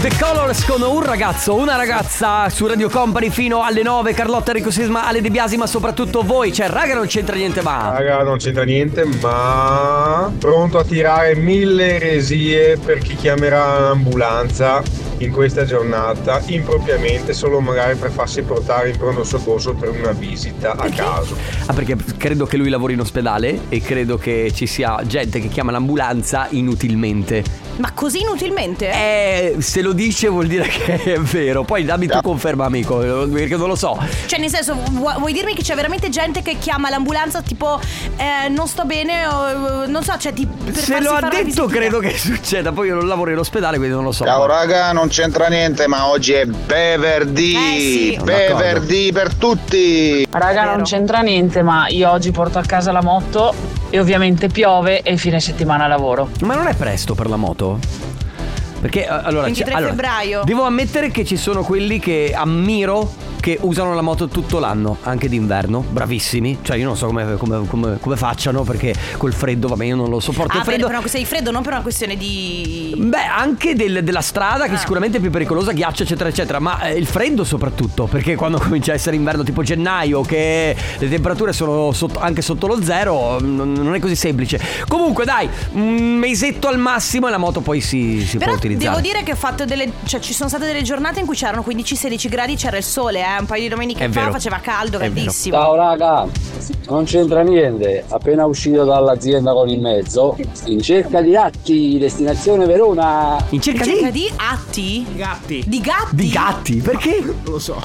[SPEAKER 1] The Colors con un ragazzo, una ragazza su Radio Company fino alle 9, Carlotta Enrico Sisma, Ale De Biasi, ma soprattutto voi, cioè raga non c'entra niente ma...
[SPEAKER 4] Raga, non c'entra niente, ma pronto a tirare mille eresie per chi chiamerà l'ambulanza in questa giornata, impropriamente, solo magari per farsi portare in pronto soccorso per una visita a caso.
[SPEAKER 1] Ah perché credo che lui lavori in ospedale e credo che ci sia gente che chiama l'ambulanza inutilmente.
[SPEAKER 2] ma così inutilmente?
[SPEAKER 1] Eh, se lo dice vuol dire che è vero, poi dammi tu conferma amico, perché non lo so.
[SPEAKER 2] Cioè, nel senso, vu- vuoi dirmi che c'è veramente gente che chiama l'ambulanza tipo eh, non sto bene o eh, non so, cioè ti per
[SPEAKER 1] Se
[SPEAKER 2] farsi
[SPEAKER 1] lo
[SPEAKER 2] fare
[SPEAKER 1] ha
[SPEAKER 2] una
[SPEAKER 1] detto
[SPEAKER 2] visitina?
[SPEAKER 1] credo che succeda, poi io non lavoro in ospedale quindi non lo so.
[SPEAKER 5] Ciao raga, non c'entra niente, ma oggi è beverdì!
[SPEAKER 17] Eh
[SPEAKER 5] Beverdì per tutti!
[SPEAKER 6] Raga, non c'entra niente, ma io oggi porto a casa la moto e ovviamente piove e fine settimana lavoro.
[SPEAKER 1] Ma non è presto per la moto? Perché eh, allora,
[SPEAKER 6] 23
[SPEAKER 1] allora,
[SPEAKER 6] febbraio.
[SPEAKER 1] Devo ammettere che ci sono quelli che ammiro che usano la moto tutto l'anno, anche d'inverno, bravissimi. Cioè, io non so come, come- come- come facciano perché col freddo, vabbè, io non lo sopporto.
[SPEAKER 2] Ah,
[SPEAKER 1] il
[SPEAKER 2] per,
[SPEAKER 1] freddo.
[SPEAKER 2] per una questione di freddo, non per una questione di.
[SPEAKER 1] Beh, anche del- della strada
[SPEAKER 2] Ah.
[SPEAKER 1] che sicuramente è più pericolosa, ghiaccio eccetera eccetera, ma eh, il freddo soprattutto, perché quando comincia a essere inverno tipo gennaio che le temperature sono sotto- anche sotto lo zero, non, non è così semplice. Comunque dai, un mesetto al massimo e la moto poi si, si
[SPEAKER 2] Però
[SPEAKER 1] può utilizzare.
[SPEAKER 2] devo dire che ho fatto delle. Cioè, ci sono state delle giornate in cui c'erano 15-16 gradi, c'era il sole, eh. Un paio di domeniche
[SPEAKER 9] È
[SPEAKER 2] fa
[SPEAKER 9] vero.
[SPEAKER 2] faceva caldo, caldissimo.
[SPEAKER 9] Ciao raga, non c'entra niente, appena uscito dall'azienda con il mezzo, in cerca di atti, destinazione Verona.
[SPEAKER 1] In
[SPEAKER 2] In cerca di atti? Di gatti. Di gatti?
[SPEAKER 1] Di gatti? Perché? Non
[SPEAKER 9] lo so.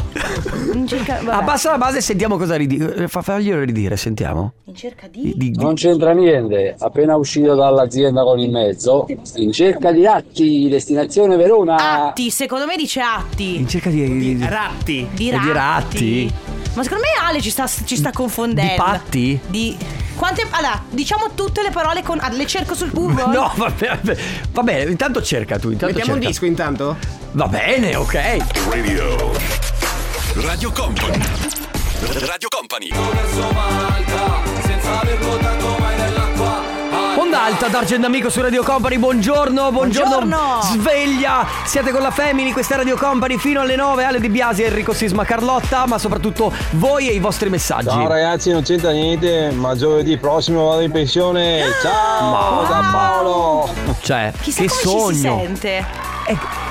[SPEAKER 2] In cerca, vabbè.
[SPEAKER 1] Abbassa la base e sentiamo cosa ridi- eh, fa- Faglielo ridire, sentiamo.
[SPEAKER 2] In cerca di.
[SPEAKER 9] Non c'entra niente, appena uscito dall'azienda con il mezzo, in cerca di atti, destinazione Verona.
[SPEAKER 2] Atti, secondo me dice atti.
[SPEAKER 1] In cerca di.
[SPEAKER 9] ratti.
[SPEAKER 2] Di
[SPEAKER 9] E
[SPEAKER 2] ratti.
[SPEAKER 9] di ratti.
[SPEAKER 2] Ma secondo me Ale ci sta, ci sta confondendo.
[SPEAKER 1] di patti?
[SPEAKER 2] Di. Quante. Allora, diciamo tutte le parole con. ah, Le cerco sul Google.
[SPEAKER 1] No, vabbè, vabbè. Va bene, intanto cerca tu. Intanto
[SPEAKER 2] Mettiamo un disco
[SPEAKER 1] intanto? Va bene, ok.
[SPEAKER 25] Radio. Radio Company. Radio Company.
[SPEAKER 1] Onda alta, Dargen Amico su Radio Company, buongiorno, buongiorno,
[SPEAKER 2] Buongiorno.
[SPEAKER 1] sveglia, siete con la Family, questa è Radio Company fino alle 9, Ale Di Biasi, Enrico Sisma, Carlotta, ma soprattutto voi e i vostri messaggi.
[SPEAKER 26] Ciao ragazzi, non c'entra niente, ma giovedì prossimo vado in pensione. Ciao
[SPEAKER 1] Ma-
[SPEAKER 26] da Paolo.
[SPEAKER 1] Cioè,
[SPEAKER 2] Chissà
[SPEAKER 1] che
[SPEAKER 2] come
[SPEAKER 1] sogno.
[SPEAKER 2] ci si sente.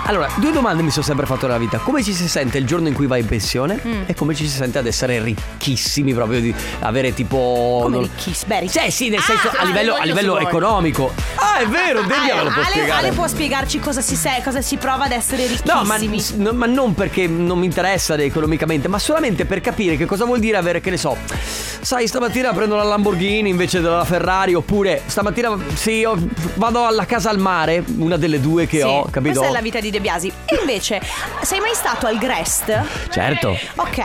[SPEAKER 1] Allora, due domande mi sono sempre fatto nella vita. Come ci si sente il giorno in cui vai in pensione?
[SPEAKER 2] Mm.
[SPEAKER 1] E come ci si sente ad essere ricchissimi, proprio di avere tipo.
[SPEAKER 2] Come
[SPEAKER 1] non-
[SPEAKER 2] ricchissimi. Beh,
[SPEAKER 1] Sì, sì, nel senso
[SPEAKER 2] ah,
[SPEAKER 1] a livello, a
[SPEAKER 2] voglio
[SPEAKER 1] livello
[SPEAKER 2] solo.
[SPEAKER 1] economico. Ah, è vero, Debbia lo può
[SPEAKER 2] Ale,
[SPEAKER 1] spiegare.
[SPEAKER 2] Ale può spiegarci cosa si, se- cosa si prova ad essere ricchissimi.
[SPEAKER 1] No, ma, s- no, ma non perché non mi interessa economicamente, ma solamente per capire che cosa vuol dire avere, che ne so, sai, stamattina prendo la Lamborghini invece della Ferrari, oppure stamattina sì, io vado alla casa al mare, una delle due che
[SPEAKER 2] Sì,
[SPEAKER 1] ho, capito?
[SPEAKER 2] Questa è la vita di De Biasi. E invece, sei mai stato al Grest?
[SPEAKER 1] Certo.
[SPEAKER 2] Ok,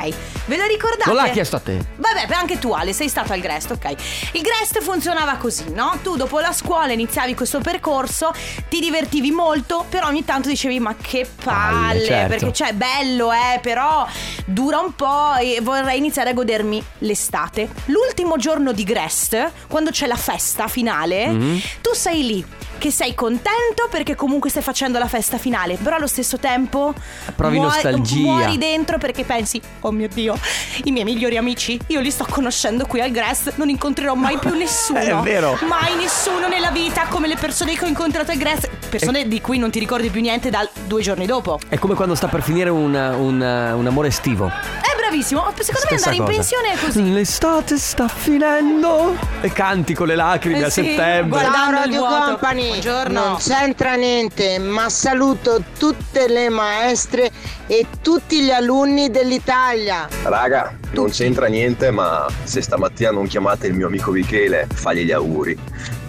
[SPEAKER 2] ve lo ricordate?
[SPEAKER 1] Non l'ha chiesto a te.
[SPEAKER 2] Vabbè, beh, anche tu Ale, sei stato al Grest, ok. Il Grest funzionava così, no? Tu dopo la scuola iniziavi questo percorso, ti divertivi molto, però ogni tanto dicevi "Ma che palle",
[SPEAKER 27] certo.
[SPEAKER 2] perché cioè bello, eh, però dura un po' e vorrei iniziare a godermi l'estate. L'ultimo giorno di Grest, quando c'è la festa finale,
[SPEAKER 27] Mhm.
[SPEAKER 2] tu sei lì che sei contento perché comunque stai facendo la festa finale, però allo stesso tempo
[SPEAKER 1] Provi nostalgia.
[SPEAKER 2] muori dentro perché pensi, oh mio Dio, i miei migliori amici, io li sto conoscendo qui al Grest, non incontrerò mai più nessuno.
[SPEAKER 1] È vero.
[SPEAKER 2] Mai nessuno nella vita come le persone che ho incontrato al Grest, persone di cui non ti ricordi più niente dal due giorni dopo.
[SPEAKER 1] È come quando sta per finire un, un- un amore estivo.
[SPEAKER 2] È bravissimo, secondo me
[SPEAKER 1] Stessa
[SPEAKER 2] andare
[SPEAKER 1] cosa.
[SPEAKER 2] in pensione è così.
[SPEAKER 1] L'estate sta finendo. E canti con le lacrime a
[SPEAKER 2] Eh sì,
[SPEAKER 1] settembre.
[SPEAKER 2] guardando
[SPEAKER 23] Ciao
[SPEAKER 2] il
[SPEAKER 23] Radio
[SPEAKER 2] vuoto.
[SPEAKER 23] Company,
[SPEAKER 2] Buongiorno.
[SPEAKER 23] non c'entra niente, ma saluto tutte le maestre e tutti gli alunni dell'Italia.
[SPEAKER 28] Raga, non c'entra niente, ma se stamattina non chiamate il mio amico Michele, fagli gli auguri.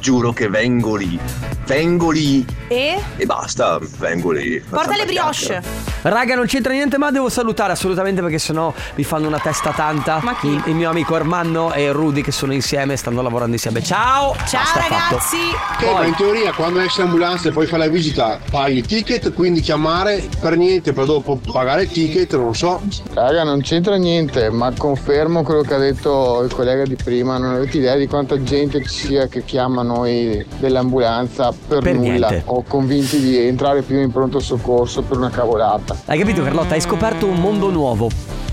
[SPEAKER 29] giuro che vengo lì. Vengo lì.
[SPEAKER 2] E?
[SPEAKER 29] E basta, vengo lì.
[SPEAKER 2] Porta le brioche.
[SPEAKER 1] Raga, non c'entra niente, ma devo salutare assolutamente perché sennò mi fanno una testa tanta. Ma chi? Il, il mio amico Armando e Rudy che sono insieme, stanno lavorando insieme. Ciao!
[SPEAKER 2] Ciao
[SPEAKER 1] Basta,
[SPEAKER 2] ragazzi!
[SPEAKER 1] fatto.
[SPEAKER 3] Che ma
[SPEAKER 1] Poi-
[SPEAKER 3] in teoria quando esce l'ambulanza e poi fa la visita paghi il ticket, quindi chiamare per niente, per dopo pagare il ticket, non so.
[SPEAKER 5] Raga, non c'entra niente, ma confermo quello che ha detto il collega di prima. Non avete idea di quanta gente ci sia che chiama noi dell'ambulanza per,
[SPEAKER 1] Per
[SPEAKER 5] nulla
[SPEAKER 1] niente.
[SPEAKER 5] o convinti di entrare prima in pronto soccorso per una cavolata.
[SPEAKER 1] Hai capito Carlotta? Hai scoperto un mondo nuovo.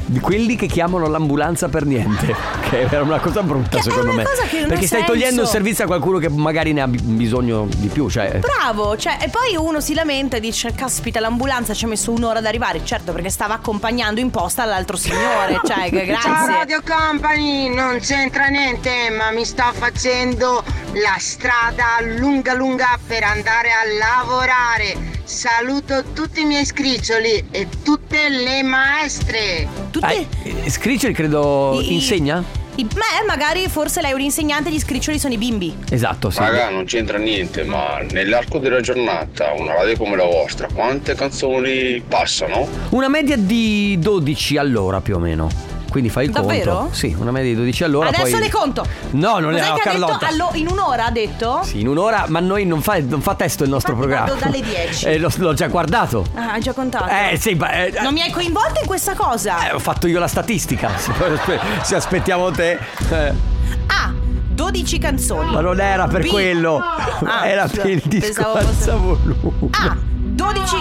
[SPEAKER 1] Di quelli che chiamano l'ambulanza per niente. Che era una cosa brutta, secondo me.
[SPEAKER 2] cosa che non ha
[SPEAKER 1] perché stai
[SPEAKER 2] senso.
[SPEAKER 1] togliendo un servizio a qualcuno che magari ne ha bi- bisogno di più. Cioè.
[SPEAKER 2] Bravo, cioè, e poi uno si lamenta e dice: Caspita, l'ambulanza ci ha messo un'ora ad arrivare. Certo, perché stava accompagnando in posta l'altro signore. Cioè, che grazie.
[SPEAKER 23] Ciao Radio Company, non c'entra niente, ma mi sto facendo la strada lunga lunga per andare a lavorare. Saluto tutti i miei scriccioli e tutte le maestre.
[SPEAKER 1] Tutte... Scritcher eh, credo
[SPEAKER 2] I- i-
[SPEAKER 1] insegna?
[SPEAKER 2] I- Beh, magari forse lei è un insegnante, gli scriccioli sono i bimbi.
[SPEAKER 1] Esatto, sì.
[SPEAKER 10] Raga, non c'entra niente, ma nell'arco della giornata, una radio come la vostra, quante canzoni passano?
[SPEAKER 1] Una media di 12 all'ora più o meno. Quindi fai il
[SPEAKER 2] Davvero?
[SPEAKER 1] conto. Sì, una media di 12 all'ora.
[SPEAKER 2] Adesso
[SPEAKER 1] poi...
[SPEAKER 2] le conto.
[SPEAKER 1] No, non le
[SPEAKER 2] Cos'è
[SPEAKER 1] no,
[SPEAKER 2] che ha
[SPEAKER 1] Carlotta.
[SPEAKER 2] detto? Allo- in un'ora ha detto?
[SPEAKER 1] Sì, in un'ora, ma noi non fa, non fa testo il nostro programma.
[SPEAKER 2] guardo dalle 10.
[SPEAKER 1] Eh, l'ho, l'ho già guardato.
[SPEAKER 2] Ah, hai già contato.
[SPEAKER 1] Eh, sì, ma, eh,
[SPEAKER 2] Non mi hai coinvolta in questa cosa?
[SPEAKER 1] eh, ho fatto io la statistica. Se, se aspettiamo te. eh.
[SPEAKER 2] Ah, 12 canzoni.
[SPEAKER 1] Ma non era per
[SPEAKER 2] B.
[SPEAKER 1] quello.
[SPEAKER 2] Ah,
[SPEAKER 1] era
[SPEAKER 2] scusa,
[SPEAKER 1] per il
[SPEAKER 2] pensavo
[SPEAKER 1] disco
[SPEAKER 2] fosse- Ah.
[SPEAKER 1] alza volume.
[SPEAKER 2] 12.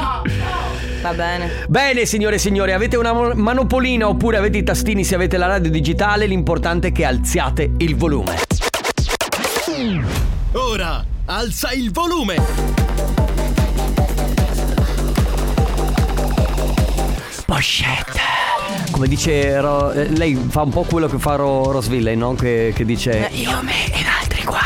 [SPEAKER 2] Va bene.
[SPEAKER 1] Bene, signore e signori, avete una mo- manopolina oppure avete i tastini se avete la radio digitale, l'importante è che alziate il volume.
[SPEAKER 11] Ora alza il volume.
[SPEAKER 1] Pochette. Come dice Ro- eh, lei fa un po' quello che fa Ro- Rosville, no? Che, che
[SPEAKER 2] Eh,
[SPEAKER 1] dice io me ed altri guai.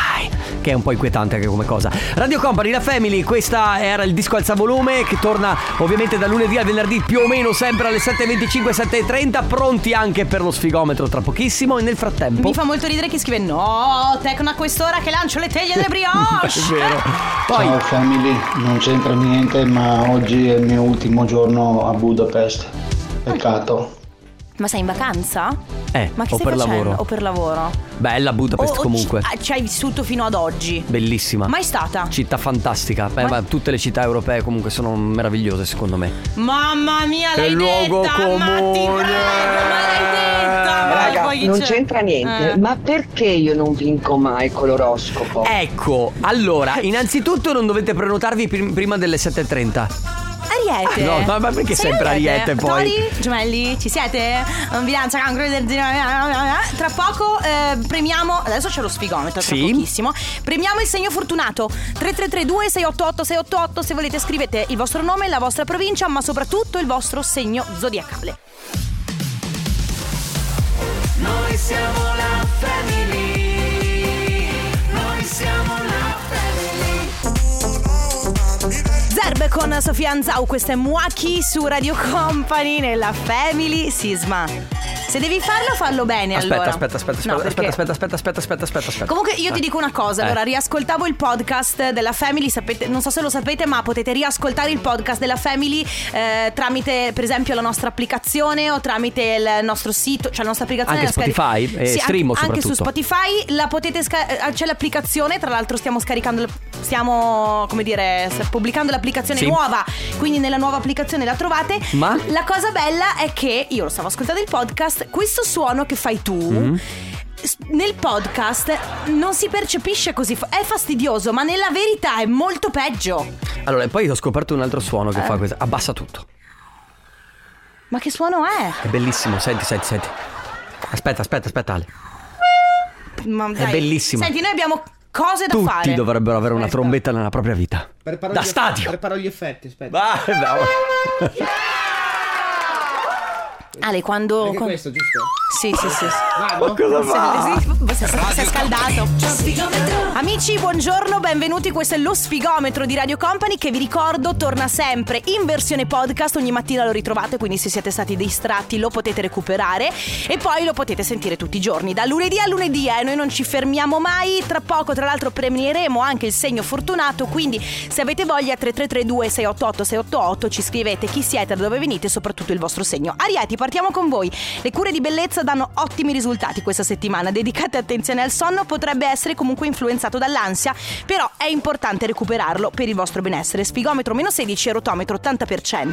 [SPEAKER 1] Che è un po' inquietante anche come cosa. Radio Company, la Family, questa era il disco alzavolume che torna ovviamente da lunedì al venerdì più o meno sempre alle 7.25, 7.30, pronti anche per lo sfigometro tra pochissimo e nel frattempo...
[SPEAKER 2] Mi fa molto ridere chi scrive: No, Tecno a quest'ora che lancio le teglie delle brioche.
[SPEAKER 1] È vero.
[SPEAKER 30] Ciao family, non c'entra niente ma oggi è il mio ultimo giorno a Budapest. Peccato.
[SPEAKER 2] Ma sei in vacanza?
[SPEAKER 1] Eh,
[SPEAKER 2] Ma che
[SPEAKER 1] o
[SPEAKER 2] stai
[SPEAKER 1] per
[SPEAKER 2] facendo?
[SPEAKER 1] lavoro.
[SPEAKER 2] O per lavoro?
[SPEAKER 1] Bella Budapest
[SPEAKER 2] O- o
[SPEAKER 1] comunque.
[SPEAKER 2] ci- ah, Ci hai vissuto fino ad oggi.
[SPEAKER 1] Bellissima.
[SPEAKER 2] Mai stata?
[SPEAKER 1] Città fantastica. Beh, ma tutte le città europee comunque sono meravigliose secondo me.
[SPEAKER 2] Mamma mia,
[SPEAKER 1] È
[SPEAKER 2] Ah, l'hai
[SPEAKER 1] luogo
[SPEAKER 2] detta, ma ti prego, ma l'hai detta. ma
[SPEAKER 31] Raga,
[SPEAKER 2] poi
[SPEAKER 31] non
[SPEAKER 2] c'è-
[SPEAKER 31] c'entra niente,
[SPEAKER 2] Eh.
[SPEAKER 31] ma perché io non vinco mai con l'oroscopo?
[SPEAKER 2] Eh.
[SPEAKER 1] Ecco, allora, innanzitutto non dovete prenotarvi prim- prima delle 7.30.
[SPEAKER 2] Ariete.
[SPEAKER 1] No, ma- ma perché sempre Ariete, poi?
[SPEAKER 2] Tori, gemelli, ci siete? Un bilancia cancro del- eh, Tra poco eh, premiamo. Adesso c'è lo sfigometro, tra
[SPEAKER 1] Sì.
[SPEAKER 2] pochissimo. Premiamo il segno fortunato. 3332 688 688 se volete scrivete il vostro nome, la vostra provincia, ma soprattutto il vostro segno zodiacale.
[SPEAKER 8] Noi siamo la family. Noi siamo la family.
[SPEAKER 2] Zerbe con Sofia Anzau, questa è Muaki su Radio Company nella Family Sisma. Se devi farlo, fallo bene
[SPEAKER 1] Aspetta,
[SPEAKER 2] allora.
[SPEAKER 1] aspetta, aspetta, aspetta,
[SPEAKER 2] No, perché-
[SPEAKER 1] aspetta, aspetta, aspetta, aspetta, aspetta, aspetta, aspetta.
[SPEAKER 2] Comunque io ti
[SPEAKER 1] Eh.
[SPEAKER 2] dico una cosa, allora
[SPEAKER 1] Eh.
[SPEAKER 2] riascoltavo il podcast della Family, sapete- non so se lo sapete ma potete riascoltare il podcast della Family eh, tramite per esempio la nostra applicazione o tramite il nostro sito, cioè la nostra applicazione.
[SPEAKER 1] Anche
[SPEAKER 2] la scari-
[SPEAKER 1] Spotify, eh,
[SPEAKER 2] Sì,
[SPEAKER 1] Streamo
[SPEAKER 2] anche, anche su
[SPEAKER 1] soprattutto.
[SPEAKER 2] Spotify la potete sca- eh, c'è l'applicazione, tra l'altro stiamo scaricando, la- stiamo come dire s- pubblicando l'applicazione
[SPEAKER 1] Sì.
[SPEAKER 2] nuova, quindi nella nuova applicazione la trovate.
[SPEAKER 1] Ma?
[SPEAKER 2] La cosa bella è che io lo stavo ascoltando il podcast, questo suono che fai tu...
[SPEAKER 1] Mm.
[SPEAKER 2] S- Nel podcast non si percepisce così, fa- è fastidioso, ma nella verità è molto peggio.
[SPEAKER 1] Allora, e poi ho scoperto un altro suono
[SPEAKER 2] Eh.
[SPEAKER 1] che fa questo. Abbassa tutto.
[SPEAKER 2] Ma che suono è?
[SPEAKER 1] È bellissimo, senti, senti, senti. Aspetta, aspetta, aspetta Ale.
[SPEAKER 2] Ma dai.
[SPEAKER 1] bellissimo.
[SPEAKER 2] Senti, noi abbiamo cose da
[SPEAKER 1] Tutti
[SPEAKER 2] fare. Ecco.
[SPEAKER 1] dovrebbero avere una trombetta nella propria vita.
[SPEAKER 32] Preparo
[SPEAKER 1] Da
[SPEAKER 32] gli eff-
[SPEAKER 1] stadio.
[SPEAKER 32] Preparo gli effetti, aspetta.
[SPEAKER 1] Vai, bravo.
[SPEAKER 2] Ale, quando.
[SPEAKER 7] Anche
[SPEAKER 2] quando-
[SPEAKER 7] questo, giusto?
[SPEAKER 2] Sì, sì, sì.
[SPEAKER 7] Vado? cosa fa?
[SPEAKER 2] Si è scaldato. Amici, buongiorno, benvenuti. Questo è lo sfigometro di Radio Company che vi ricordo torna sempre in versione podcast. Ogni mattina lo ritrovate, quindi se siete stati distratti lo potete recuperare e poi lo potete sentire tutti i giorni. Da lunedì a lunedì, eh, noi non ci fermiamo mai. Tra poco, tra l'altro, premieremo anche il segno fortunato. Quindi se avete voglia, 3332 688 688 ci scrivete chi siete, da dove venite e soprattutto il vostro segno. Arieti, partiamo con voi. Le cure di bellezza danno ottimi risultati questa settimana. Dedicate attenzione al sonno, potrebbe essere comunque influenzato dall'ansia, però è importante recuperarlo per il vostro benessere. Sfigometro meno 16 e rotometro 80%.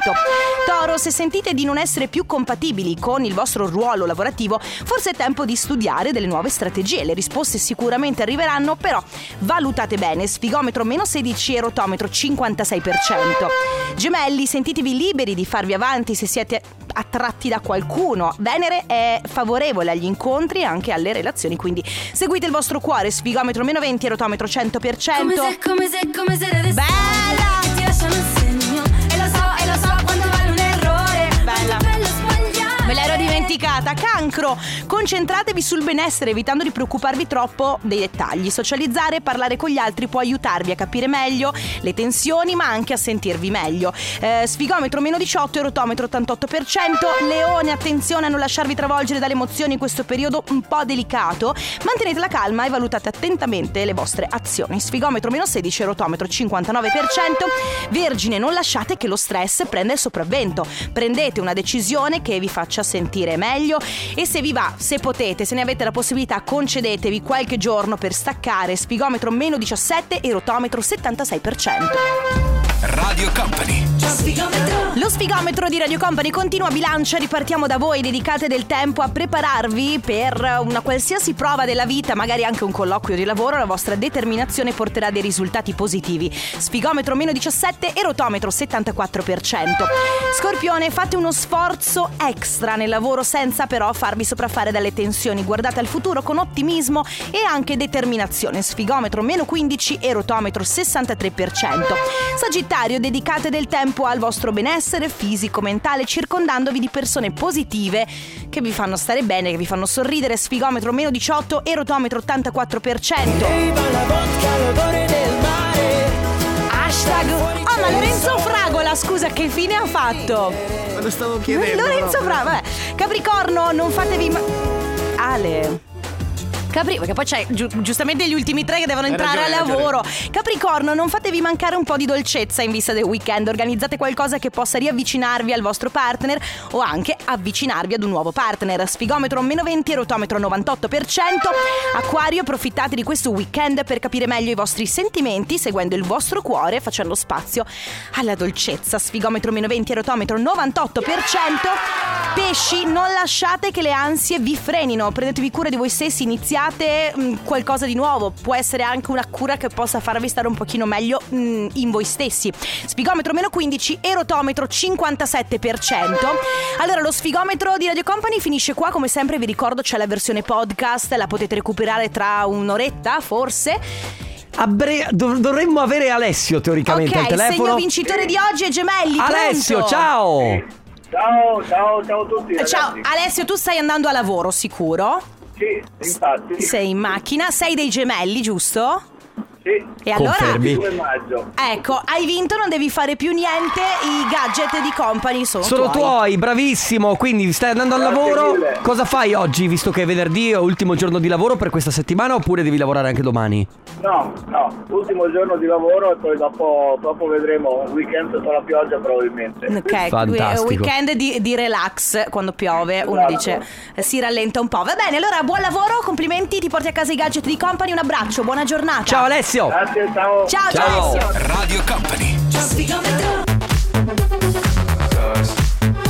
[SPEAKER 2] Toro, se sentite di non essere più compatibili con il vostro ruolo lavorativo, forse è tempo di studiare delle nuove strategie. Le risposte sicuramente arriveranno, però valutate bene. Sfigometro meno 16 e rotometro 56%. Gemelli, sentitevi liberi di farvi avanti se siete attratti da qualcuno. Venere è favorevole agli incontri e anche alle relazioni, quindi seguite il vostro cuore, sfigometro meno 20 e rotometro 100%.
[SPEAKER 12] Come se, come se, come se le Bella! Ti lasciano il segno E lo so, e lo so quando vale un errore
[SPEAKER 2] Bella.
[SPEAKER 12] Quanto è bello sbagliare
[SPEAKER 2] Me l'ero dimenticata, cancro! Concentratevi sul benessere evitando di preoccuparvi troppo dei dettagli. Socializzare e parlare con gli altri può aiutarvi a capire meglio le tensioni ma anche a sentirvi meglio. Eh, sfigometro meno 18 e rotometro 88%. Leone, attenzione a non lasciarvi travolgere dalle emozioni in questo periodo un po' delicato. Mantenete la calma e valutate attentamente le vostre azioni. Sfigometro meno 16 e rotometro 59%. Vergine, non lasciate che lo stress prenda il sopravvento. Prendete una decisione che vi faccia sentire meglio e se vi va, se potete, se ne avete la possibilità, concedetevi qualche giorno per staccare. Sfigometro meno 17 e rotometro 76%.
[SPEAKER 25] Radio Company.
[SPEAKER 2] Lo sfigometro di Radio Company continua bilancia, ripartiamo da voi, dedicate del tempo a prepararvi per una qualsiasi prova della vita, magari anche un colloquio di lavoro, la vostra determinazione porterà dei risultati positivi. Sfigometro meno 17 e rotometro 74%. Scorpione, fate uno sforzo extra nel lavoro senza però farvi sopraffare dalle tensioni, guardate al futuro con ottimismo e anche determinazione. Sfigometro meno 15 e rotometro 63%. Sagittario, dedicate del tempo al vostro benessere fisico, mentale, circondandovi di persone positive che vi fanno stare bene, che vi fanno sorridere. Sfigometro meno 18 e rotometro 84%. Hashtag Oh ma Lorenzo Fragola scusa che fine ha fatto? Ma lo stavo
[SPEAKER 32] chiedendo,
[SPEAKER 2] Lorenzo
[SPEAKER 32] proprio.
[SPEAKER 2] Fragola vabbè Capricorno non fatevi ma- Ale Capri- perché poi c'è giu- giustamente gli ultimi tre che devono
[SPEAKER 32] Hai
[SPEAKER 2] entrare
[SPEAKER 32] ragione,
[SPEAKER 2] al
[SPEAKER 32] hai
[SPEAKER 2] lavoro. Capricorno, non fatevi mancare un po' di dolcezza in vista del weekend. Organizzate qualcosa che possa riavvicinarvi al vostro partner o anche avvicinarvi ad un nuovo partner. Sfigometro meno 20 e rotometro 98%. Acquario, approfittate di questo weekend per capire meglio i vostri sentimenti, seguendo il vostro cuore, facendo spazio alla dolcezza. Sfigometro meno 20 e rotometro 98%. Pesci, non lasciate che le ansie vi frenino, prendetevi cura di voi stessi, iniziate mh, qualcosa di nuovo, può essere anche una cura che possa farvi stare un pochino meglio mh, in voi stessi. Sfigometro meno 15, erotometro 57%. Allora lo sfigometro di Radio Company finisce qua, come sempre vi ricordo c'è la versione podcast, la potete recuperare tra un'oretta forse.
[SPEAKER 1] A bre- Eh, dov- dovremmo avere Alessio teoricamente
[SPEAKER 2] Ok,
[SPEAKER 1] al
[SPEAKER 2] il
[SPEAKER 1] telefono.
[SPEAKER 2] segno vincitore di oggi è Gemelli.
[SPEAKER 1] Alessio,
[SPEAKER 2] pronto?
[SPEAKER 1] ciao!
[SPEAKER 33] Ciao, ciao, ciao a tutti. Ragazzi.
[SPEAKER 2] Eh, Ciao Alessio, tu stai andando a lavoro sicuro?
[SPEAKER 33] Sì, infatti.
[SPEAKER 2] Sei in macchina, sei dei gemelli, giusto?
[SPEAKER 33] Sì.
[SPEAKER 2] E allora?
[SPEAKER 1] Confermi.
[SPEAKER 33] 2 maggio.
[SPEAKER 2] Ecco, hai vinto, non devi fare più niente, i gadget di company sono,
[SPEAKER 1] Sono
[SPEAKER 2] tuoi.
[SPEAKER 1] tuoi, bravissimo, quindi stai andando al
[SPEAKER 33] Grazie
[SPEAKER 1] lavoro.
[SPEAKER 33] mille.
[SPEAKER 1] Cosa fai oggi, visto che è venerdì, è ultimo giorno di lavoro per questa settimana, oppure devi lavorare anche domani?
[SPEAKER 33] No, no, ultimo giorno di lavoro e poi dopo, dopo vedremo. Un weekend sotto la pioggia probabilmente.
[SPEAKER 2] Ok, qui è un
[SPEAKER 1] Fantastico.
[SPEAKER 2] Eh, weekend di, di relax quando piove,
[SPEAKER 33] Esatto.
[SPEAKER 2] uno dice eh, si rallenta un po'. Va bene, allora buon lavoro, complimenti, ti porti a casa i gadget di company, un abbraccio, buona giornata.
[SPEAKER 1] Ciao Alessio!
[SPEAKER 33] Grazie, ciao.
[SPEAKER 2] Ciao, ciao Alessio.
[SPEAKER 25] Radio Company.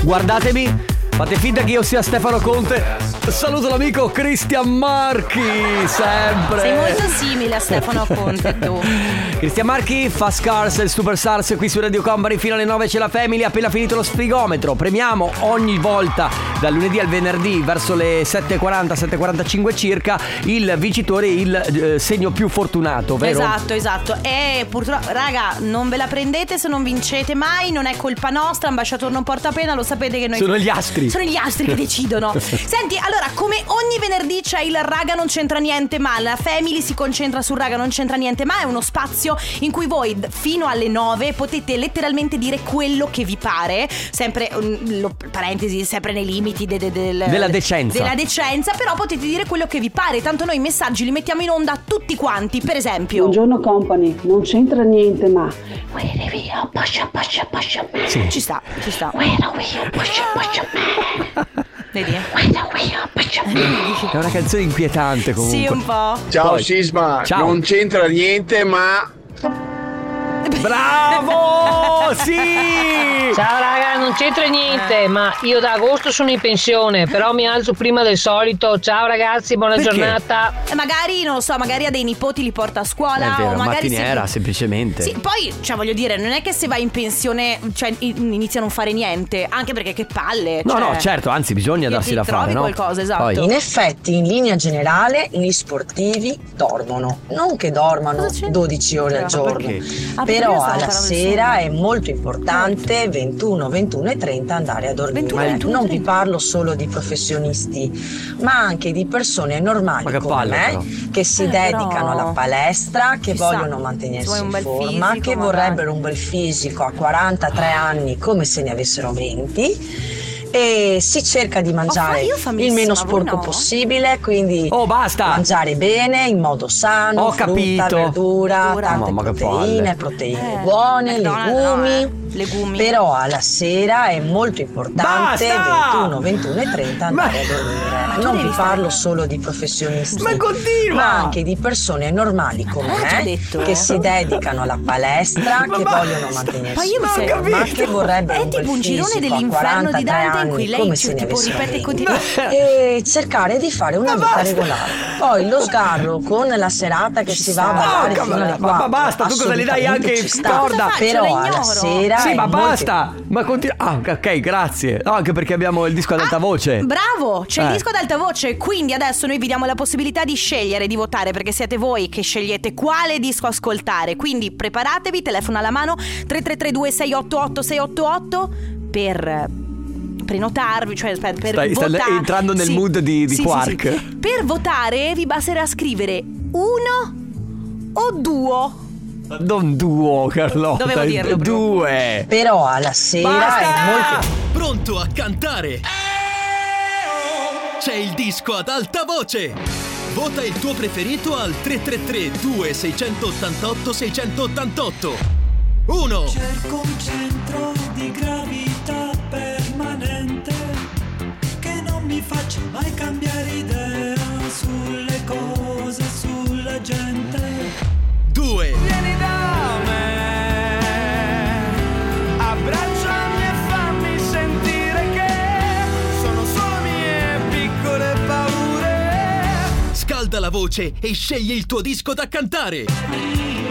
[SPEAKER 1] Guardatemi, fate finta che io sia Stefano Conte. Saluto l'amico Cristian Marchi, sempre.
[SPEAKER 2] Sei molto simile a Stefano Conte tu.
[SPEAKER 1] Cristian Marchi fa Scars il Super Stars qui su Radio Company fino alle 9 c'è la Family appena finito lo sfrigometro premiamo ogni volta dal lunedì al venerdì verso le 7.40 7.45 circa il vincitore il eh, segno più fortunato vero?
[SPEAKER 2] Esatto, esatto. E purtroppo, raga, non ve la prendete se non vincete mai, non è colpa nostra, ambasciatore non porta pena, lo sapete che noi
[SPEAKER 1] Sono gli astri.
[SPEAKER 2] Sono gli astri che decidono. Senti, allora, come ogni venerdì c'è il raga non c'entra niente, ma la Family si concentra sul raga non c'entra niente, ma è uno spazio in cui voi d- fino alle 9 potete letteralmente dire quello che vi pare, sempre mm, lo- parentesi, sempre nei limiti de- de- del-
[SPEAKER 1] Della decenza.
[SPEAKER 2] Della decenza, però potete dire quello che vi pare, tanto noi i messaggi li mettiamo in onda tutti quanti, per esempio.
[SPEAKER 32] Buongiorno company, non c'entra niente ma
[SPEAKER 2] via, pascia, pascia, pascia.
[SPEAKER 32] Sì.
[SPEAKER 2] Ci sta, ci sta. Vedi? Eh,
[SPEAKER 1] È una canzone inquietante comunque
[SPEAKER 2] Sì, un po'.
[SPEAKER 17] Ciao
[SPEAKER 1] Poi.
[SPEAKER 17] Sisma,
[SPEAKER 1] Ciao.
[SPEAKER 17] non c'entra niente ma...
[SPEAKER 1] Bravo! Sì!
[SPEAKER 22] Ciao raga, non c'entra
[SPEAKER 2] Eh.
[SPEAKER 22] niente, ma io da agosto sono in pensione, però mi alzo prima del solito. Ciao ragazzi, buona
[SPEAKER 1] Perché?
[SPEAKER 22] giornata.
[SPEAKER 2] Eh, Magari, non lo so, magari ha dei nipoti, li porta a
[SPEAKER 1] È
[SPEAKER 2] scuola. o
[SPEAKER 1] vero,
[SPEAKER 2] magari
[SPEAKER 1] mattiniera
[SPEAKER 2] se-
[SPEAKER 1] semplicemente
[SPEAKER 2] Sì, poi, cioè, voglio dire, non è che se vai in pensione, cioè, in- inizia a non fare niente. Anche perché che palle.
[SPEAKER 1] No,
[SPEAKER 2] cioè.
[SPEAKER 1] no, certo, anzi bisogna
[SPEAKER 2] Io
[SPEAKER 1] darsi
[SPEAKER 2] ti
[SPEAKER 1] da
[SPEAKER 2] trovi
[SPEAKER 1] fare, no?
[SPEAKER 2] qualcosa, esatto.
[SPEAKER 1] Poi.
[SPEAKER 34] In effetti, in linea generale, gli sportivi dormono. Non che dormano 12 ore al
[SPEAKER 35] Ma
[SPEAKER 34] giorno,
[SPEAKER 35] perché?
[SPEAKER 34] Ah,
[SPEAKER 35] perché io
[SPEAKER 34] però
[SPEAKER 35] stavo
[SPEAKER 34] alla
[SPEAKER 35] parlando di Eh.
[SPEAKER 34] sera
[SPEAKER 35] sonno.
[SPEAKER 34] è molto importante 21, 21 e 30 andare a dormire.
[SPEAKER 35] 21,
[SPEAKER 34] Eh,
[SPEAKER 35] 21,
[SPEAKER 34] non vi parlo solo di professionisti, ma anche di persone normali
[SPEAKER 35] Ma che
[SPEAKER 34] come
[SPEAKER 35] palle,
[SPEAKER 34] me
[SPEAKER 35] però.
[SPEAKER 34] che si
[SPEAKER 35] Eh, però-
[SPEAKER 34] dedicano alla palestra, che
[SPEAKER 35] Chissà,
[SPEAKER 34] vogliono
[SPEAKER 35] se
[SPEAKER 34] mantenersi
[SPEAKER 35] vuoi un
[SPEAKER 34] in
[SPEAKER 35] bel
[SPEAKER 34] forma,
[SPEAKER 35] fisico,
[SPEAKER 34] che
[SPEAKER 35] magari.
[SPEAKER 34] vorrebbero un bel fisico a 43 anni come se ne avessero 20 e si cerca di mangiare
[SPEAKER 2] io
[SPEAKER 34] il
[SPEAKER 2] famissima,
[SPEAKER 34] meno
[SPEAKER 2] voi
[SPEAKER 34] sporco
[SPEAKER 2] no?
[SPEAKER 34] possibile, quindi
[SPEAKER 35] Oh,
[SPEAKER 34] mangiare bene in modo sano,
[SPEAKER 1] Ho
[SPEAKER 34] frutta,
[SPEAKER 1] capito.
[SPEAKER 17] Ecco,
[SPEAKER 34] verdura,
[SPEAKER 1] Verdura.
[SPEAKER 34] tante
[SPEAKER 1] Mamma, che
[SPEAKER 34] proteine,
[SPEAKER 1] palle.
[SPEAKER 2] Eh,
[SPEAKER 34] proteine buone, legumi, Però alla sera è molto importante
[SPEAKER 35] Basta!
[SPEAKER 34] 21, 21 e 30 andare a dormire. Non vi parlo solo di professionisti, ma, anche di persone normali come
[SPEAKER 35] l'ho già
[SPEAKER 34] me
[SPEAKER 35] detto.
[SPEAKER 34] che
[SPEAKER 2] eh?
[SPEAKER 34] si dedicano alla palestra,
[SPEAKER 35] Ma
[SPEAKER 34] che
[SPEAKER 35] basta!
[SPEAKER 34] vogliono
[SPEAKER 2] Ma
[SPEAKER 34] mantenersi
[SPEAKER 2] io mi
[SPEAKER 34] in
[SPEAKER 2] sono
[SPEAKER 34] forma,
[SPEAKER 2] capito.
[SPEAKER 34] che vorrebbero
[SPEAKER 2] È
[SPEAKER 34] un bel
[SPEAKER 2] tipo un girone
[SPEAKER 34] fisico a
[SPEAKER 2] dell'inferno di
[SPEAKER 34] 43
[SPEAKER 2] Dante in
[SPEAKER 34] anni,
[SPEAKER 2] cui lei
[SPEAKER 34] come
[SPEAKER 2] ci-
[SPEAKER 34] se ne
[SPEAKER 2] tipo
[SPEAKER 34] avessero
[SPEAKER 2] ripete
[SPEAKER 34] 20.
[SPEAKER 2] continuamente.
[SPEAKER 34] e cercare di fare una vita
[SPEAKER 2] basta!
[SPEAKER 34] regolare. Poi lo sgarro con la serata che
[SPEAKER 1] Ci
[SPEAKER 34] si va a
[SPEAKER 1] sta.
[SPEAKER 34] ballare
[SPEAKER 1] No,
[SPEAKER 34] fino alle
[SPEAKER 1] ma- ma
[SPEAKER 34] 4.
[SPEAKER 1] basta, tu cosa le dai
[SPEAKER 34] assolutamente
[SPEAKER 1] anche
[SPEAKER 34] ci
[SPEAKER 1] in
[SPEAKER 34] sta.
[SPEAKER 1] corda?
[SPEAKER 34] Però eh. alla sera
[SPEAKER 1] Sì,
[SPEAKER 34] è
[SPEAKER 1] ma
[SPEAKER 34] molto
[SPEAKER 1] basta! Ma continua. Ah, ok, grazie. No, anche perché abbiamo il disco ad
[SPEAKER 34] Ah,
[SPEAKER 1] alta voce.
[SPEAKER 2] Bravo, c'è il
[SPEAKER 1] Eh.
[SPEAKER 2] disco ad alta voce, quindi adesso noi vi diamo la possibilità di scegliere, di votare, perché siete voi che scegliete quale disco ascoltare. Quindi preparatevi, telefono alla mano 3332 688 688 per prenotarvi, cioè aspetta, per
[SPEAKER 1] Stai- stai
[SPEAKER 2] votare.
[SPEAKER 1] entrando nel mood di- di Quark.
[SPEAKER 2] Per votare vi basterà scrivere uno o due.
[SPEAKER 1] Non duo, Carlotta.
[SPEAKER 2] Dovevo dirlo, Bruno.
[SPEAKER 1] Due.
[SPEAKER 34] Però alla sera
[SPEAKER 11] Basta!
[SPEAKER 34] è molto
[SPEAKER 11] Pronto a cantare? C'è il disco ad alta voce. Vota il tuo preferito al 333 2688 688. 1
[SPEAKER 13] Cerco un centro di gravità permanente che non mi faccia mai cambiare idea sulle cose, sulla gente.
[SPEAKER 11] 2
[SPEAKER 13] Vieni da me, abbracciami e fammi sentire che sono solo mie piccole paure.
[SPEAKER 11] Scalda la voce e scegli il tuo disco da cantare.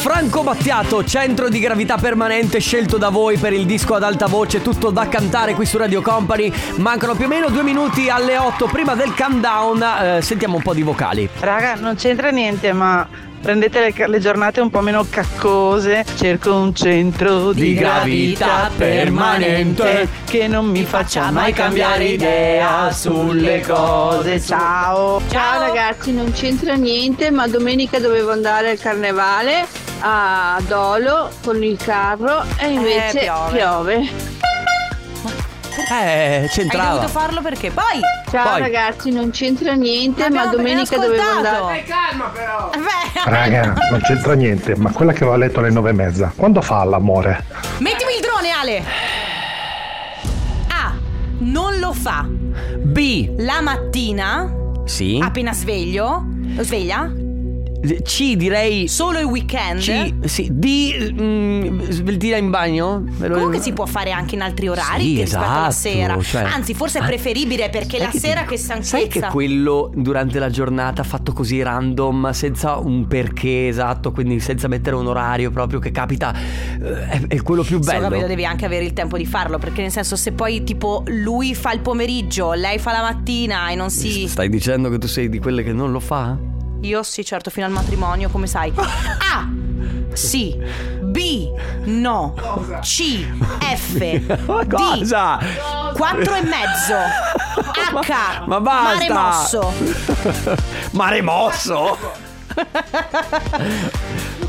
[SPEAKER 1] Franco Battiato, centro di gravità permanente scelto da voi per il disco ad alta voce, tutto da cantare qui su Radio Company. Mancano più o meno due minuti alle 8 prima del countdown. eh, sentiamo un po' di vocali.
[SPEAKER 35] Raga, non c'entra niente, ma prendete le, ca- le giornate un po' meno caccose. Cerco un centro di,
[SPEAKER 1] Di gravità permanente
[SPEAKER 35] che non mi faccia mai cambiare idea sulle cose. Ciao.
[SPEAKER 36] Ciao ragazzi, non c'entra niente, ma domenica dovevo andare al carnevale a Dolo con il carro
[SPEAKER 35] Eh,
[SPEAKER 36] e invece
[SPEAKER 2] piove.
[SPEAKER 36] piove.
[SPEAKER 1] Eh,
[SPEAKER 36] Hai
[SPEAKER 1] c'entrava.
[SPEAKER 36] dovuto
[SPEAKER 2] Farlo perché poi
[SPEAKER 36] Ciao
[SPEAKER 1] Poi.
[SPEAKER 36] ragazzi, non c'entra niente, ma
[SPEAKER 2] abbiamo
[SPEAKER 36] domenica
[SPEAKER 2] appena
[SPEAKER 36] dovevo
[SPEAKER 2] ascoltato. Eh,
[SPEAKER 36] andare.
[SPEAKER 2] calma però.
[SPEAKER 27] Raga, non c'entra niente, ma quella che va a letto alle nove e mezza, quando fa l'amore?
[SPEAKER 2] Mettimi il drone, Ale. A. Non lo fa.
[SPEAKER 1] B.
[SPEAKER 2] La mattina,
[SPEAKER 1] Sì.
[SPEAKER 2] appena sveglio, sveglia.
[SPEAKER 1] C direi
[SPEAKER 2] Solo il weekend
[SPEAKER 1] C sì, D mm, sveltire in bagno Ve lo-
[SPEAKER 2] Comunque si può fare anche in altri orari
[SPEAKER 1] Sì,
[SPEAKER 2] che rispetto alla
[SPEAKER 1] esatto,
[SPEAKER 2] sera.
[SPEAKER 1] cioè-
[SPEAKER 2] Anzi, forse è
[SPEAKER 1] Ah.
[SPEAKER 2] preferibile perché
[SPEAKER 1] Sai
[SPEAKER 2] la
[SPEAKER 1] che
[SPEAKER 2] sera
[SPEAKER 1] dico?
[SPEAKER 2] che stanchezza.
[SPEAKER 1] Sai che quello durante la giornata fatto così random, senza un perché esatto, quindi senza mettere un orario proprio che capita, eh, è, è quello più
[SPEAKER 2] Solo
[SPEAKER 1] bello.
[SPEAKER 2] capito, devi anche avere il tempo di farlo, perché nel senso se poi tipo lui fa il pomeriggio, lei fa la mattina e non si...
[SPEAKER 1] Stai dicendo che tu sei di quelle che non lo fa?
[SPEAKER 2] Io sì, certo, fino al matrimonio, come sai. A. Sì. B. No. C. F.
[SPEAKER 1] Cosa?
[SPEAKER 2] 4 e mezzo. H.
[SPEAKER 1] Ma basta!
[SPEAKER 2] Mare mosso.
[SPEAKER 1] Mare mosso?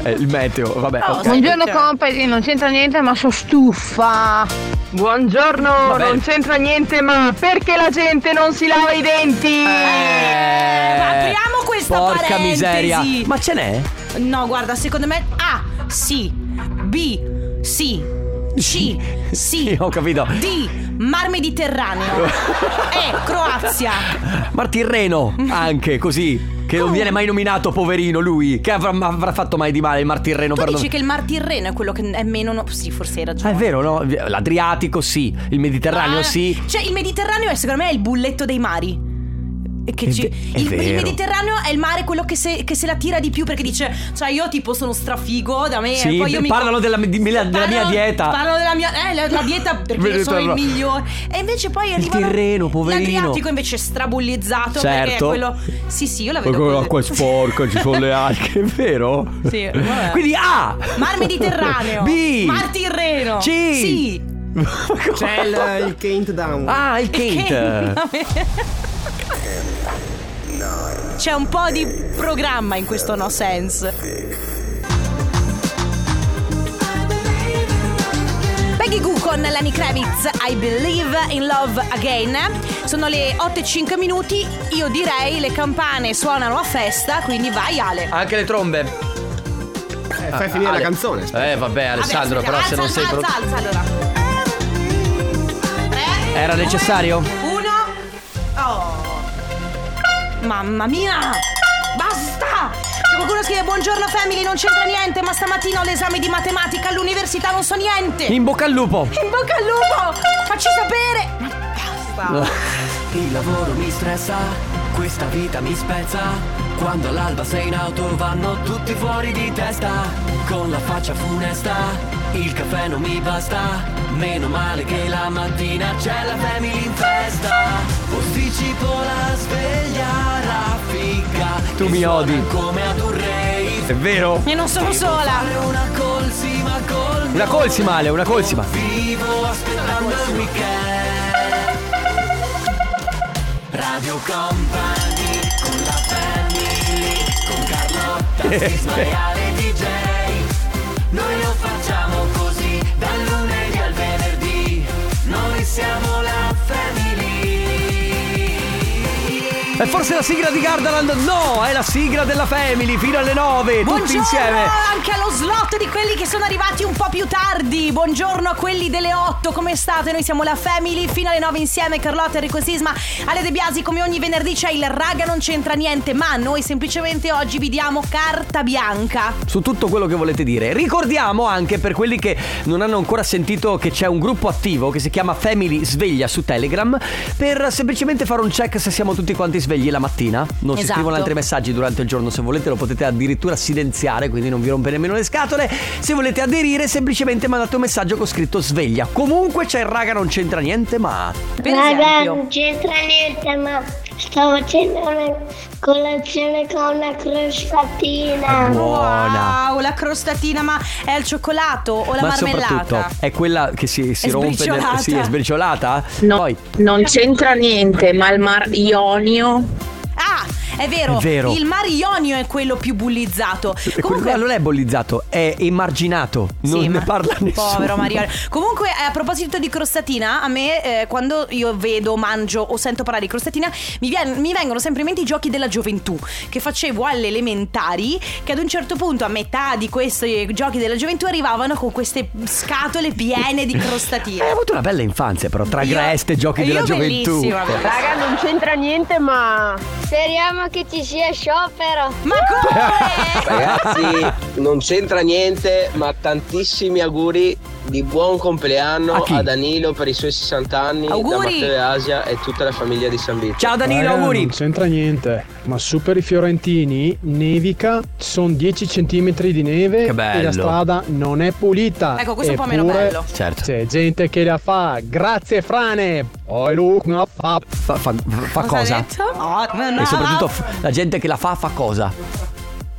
[SPEAKER 1] Eh, il meteo, vabbè.
[SPEAKER 13] Oh,
[SPEAKER 1] ok.
[SPEAKER 17] Buongiorno compagni,
[SPEAKER 1] cioè
[SPEAKER 17] non c'entra niente ma sono stufa. Buongiorno,
[SPEAKER 1] bene.
[SPEAKER 17] non c'entra niente ma perché la gente non si lava i denti?
[SPEAKER 1] Eh,
[SPEAKER 2] Apriamo questa
[SPEAKER 1] Porca
[SPEAKER 2] parentesi.
[SPEAKER 1] miseria. Ma ce n'è?
[SPEAKER 2] No, guarda, secondo me A. Sì. B. Sì. C. Sì.
[SPEAKER 1] Ho capito.
[SPEAKER 2] D. Mar Mediterraneo. e. Croazia.
[SPEAKER 1] Mar Tirreno, anche così. Che non viene mai nominato, poverino lui. Che avrà, avrà fatto mai di male il Mar Tirreno?
[SPEAKER 2] Tu
[SPEAKER 1] per
[SPEAKER 2] dici che il Mar Tirreno è quello che è meno. no- Sì, forse hai
[SPEAKER 1] Ah,
[SPEAKER 2] ragione.
[SPEAKER 1] è vero, no? L'Adriatico sì, il Mediterraneo
[SPEAKER 2] Ah,
[SPEAKER 1] sì.
[SPEAKER 2] Cioè, il Mediterraneo è secondo me è il bulletto dei mari. E Che
[SPEAKER 1] È
[SPEAKER 2] ci-
[SPEAKER 1] ve- è
[SPEAKER 2] il, il
[SPEAKER 1] vero.
[SPEAKER 2] Mediterraneo è il mare quello che se, che se la tira di più perché dice, cioè io tipo sono strafigo da me.
[SPEAKER 1] sì,
[SPEAKER 2] poi io Eh, mi
[SPEAKER 1] parlano della, di- della mia
[SPEAKER 2] Parlano-
[SPEAKER 1] dieta.
[SPEAKER 2] Parlano della mia eh, la, la dieta perché io sono il
[SPEAKER 1] Mediterraneo.
[SPEAKER 2] migliore. E invece poi arrivano
[SPEAKER 1] Tirreno, poverino.
[SPEAKER 2] L'Adriatico invece è strabullizzato perché è
[SPEAKER 1] Certo.
[SPEAKER 2] quello Sì, sì, io la
[SPEAKER 1] Ma
[SPEAKER 2] vedo
[SPEAKER 1] come
[SPEAKER 2] così.
[SPEAKER 1] l'acqua è sporca, ci sono le alghe, è vero?
[SPEAKER 2] Sì, vabbè.
[SPEAKER 1] Quindi A!
[SPEAKER 2] Mar Mediterraneo.
[SPEAKER 1] B.
[SPEAKER 2] Mar Tirreno.
[SPEAKER 1] C.
[SPEAKER 2] Sì.
[SPEAKER 9] C'è il, il countdown.
[SPEAKER 1] Ah, il
[SPEAKER 2] Che- C'è un po' di programma in questo no sense. Peggy Goo con Lenny Kravitz, I Believe in Love Again. Sono le 8 e 5 minuti, io direi le campane suonano a festa, quindi vai Ale.
[SPEAKER 1] Anche le trombe.
[SPEAKER 9] Eh,
[SPEAKER 1] Ah,
[SPEAKER 9] fai finire la canzone, aspetta.
[SPEAKER 1] Eh, vabbè, Alessandro,
[SPEAKER 2] Vabbè,
[SPEAKER 1] però se
[SPEAKER 2] alza,
[SPEAKER 1] non sei
[SPEAKER 2] alza,
[SPEAKER 1] pronto.
[SPEAKER 2] alza, alza, allora.
[SPEAKER 1] Era necessario?
[SPEAKER 2] Uno. Oh. Mamma mia! Basta! C'è qualcuno che scrive buongiorno family, non c'entra niente, ma stamattina ho l'esame di matematica all'università, non so niente!
[SPEAKER 1] In bocca al lupo.
[SPEAKER 2] In bocca al lupo! Facci sapere! Ma basta!
[SPEAKER 13] Il lavoro mi stressa, questa vita mi spezza. Quando all'alba sei in auto vanno tutti fuori di testa. Con la faccia funesta, il caffè non mi basta. Meno male che la mattina c'è la family in festa. Posticipo la sveglia raffica.
[SPEAKER 1] Tu
[SPEAKER 13] che
[SPEAKER 1] mi
[SPEAKER 13] suona
[SPEAKER 1] odi.
[SPEAKER 13] Come ad un rave.
[SPEAKER 1] È vero?
[SPEAKER 2] E non sono sola!
[SPEAKER 13] Una colsima col
[SPEAKER 1] Una colsima, Ale, una colsima.
[SPEAKER 13] Vivo aspettando il weekend Radio Company con la family Con Carlotta, Sisma e Ale DJ Noi lo facciamo così Dal lunedì al venerdì Noi siamo la family
[SPEAKER 1] È forse la sigla di Gardaland? No, è la sigla della Family fino alle 9, tutti
[SPEAKER 2] Buongiorno
[SPEAKER 1] insieme.
[SPEAKER 2] anche allo slot di quelli che sono arrivati un po' più tardi. Buongiorno a quelli delle 8, come state? Noi siamo la Family fino alle 9 insieme. Carlotta, Enrico Sisma, Ale De Biasi. Come ogni venerdì c'è il raga, non c'entra niente. Ma noi semplicemente oggi vi diamo carta bianca.
[SPEAKER 1] Su tutto quello che volete dire. Ricordiamo anche per quelli che non hanno ancora sentito che c'è un gruppo attivo che si chiama Family Sveglia su Telegram per semplicemente fare un check se siamo tutti quanti svegli la mattina. Non si
[SPEAKER 2] Esatto.
[SPEAKER 1] scrivono altri messaggi durante il giorno, se volete lo potete addirittura silenziare, quindi non vi rompe nemmeno le scatole. Se volete aderire semplicemente mandate un messaggio con scritto sveglia. Comunque c'è il raga non c'entra niente, ma
[SPEAKER 37] Raga, non c'entra niente, ma sto facendo una colazione con una
[SPEAKER 1] Ah,
[SPEAKER 37] crostatina.
[SPEAKER 1] Buona.
[SPEAKER 2] Wow, la crostatina, ma è al cioccolato o la
[SPEAKER 1] ma soprattutto
[SPEAKER 2] marmellata?
[SPEAKER 1] è quella che si, si
[SPEAKER 2] È
[SPEAKER 1] rompe nel-
[SPEAKER 2] sbriciolata.
[SPEAKER 1] sì, è sbriciolata. Poi
[SPEAKER 17] Non c'entra niente ma il mar Ionio
[SPEAKER 2] Ah, è vero,
[SPEAKER 1] È vero.
[SPEAKER 2] il Mar Ionio è quello più bullizzato.
[SPEAKER 1] Comunque, non è bollizzato, è emarginato. Non
[SPEAKER 2] Sì,
[SPEAKER 1] ne
[SPEAKER 2] ma-
[SPEAKER 1] parla nessuno.
[SPEAKER 2] Povero Mariano. Comunque, eh, a proposito di crostatina, a me eh, quando io vedo, mangio o sento parlare di crostatina, mi, vien- mi vengono sempre in mente i giochi della gioventù che facevo alle elementari. Che ad un certo punto, a metà di questi giochi della gioventù, arrivavano con queste scatole piene di crostatine.
[SPEAKER 1] Hai Eh, avuto una bella infanzia, però, tra
[SPEAKER 2] Io-
[SPEAKER 1] greste, giochi
[SPEAKER 2] io
[SPEAKER 1] della gioventù.
[SPEAKER 2] bellissima,
[SPEAKER 1] Eh.
[SPEAKER 2] bellissima.
[SPEAKER 17] Raga non c'entra niente ma
[SPEAKER 6] Speriamo che ci sia sciopero.
[SPEAKER 2] Ma come?
[SPEAKER 9] Ragazzi, non c'entra niente, ma tantissimi auguri di buon compleanno
[SPEAKER 1] A chi?
[SPEAKER 9] a Danilo per i suoi 60 anni da
[SPEAKER 1] Auguri!
[SPEAKER 9] Matteo e Asia e tutta la famiglia di San Vito. Raga, Eh, Non c'entra niente, ma su per i fiorentini nevica, ci sono 10 cm di neve e
[SPEAKER 1] bello.
[SPEAKER 9] la strada non è pulita.
[SPEAKER 2] Ecco, questo è un po' meno
[SPEAKER 9] Eppure
[SPEAKER 2] bello.
[SPEAKER 1] Certo.
[SPEAKER 9] C'è gente che la fa. Grazie Frane. Oh, Luca, no, fa,
[SPEAKER 1] fa, fa
[SPEAKER 2] ha
[SPEAKER 1] cosa?
[SPEAKER 2] detto? No, no, no.
[SPEAKER 1] E soprattutto f- la gente che la fa fa cosa?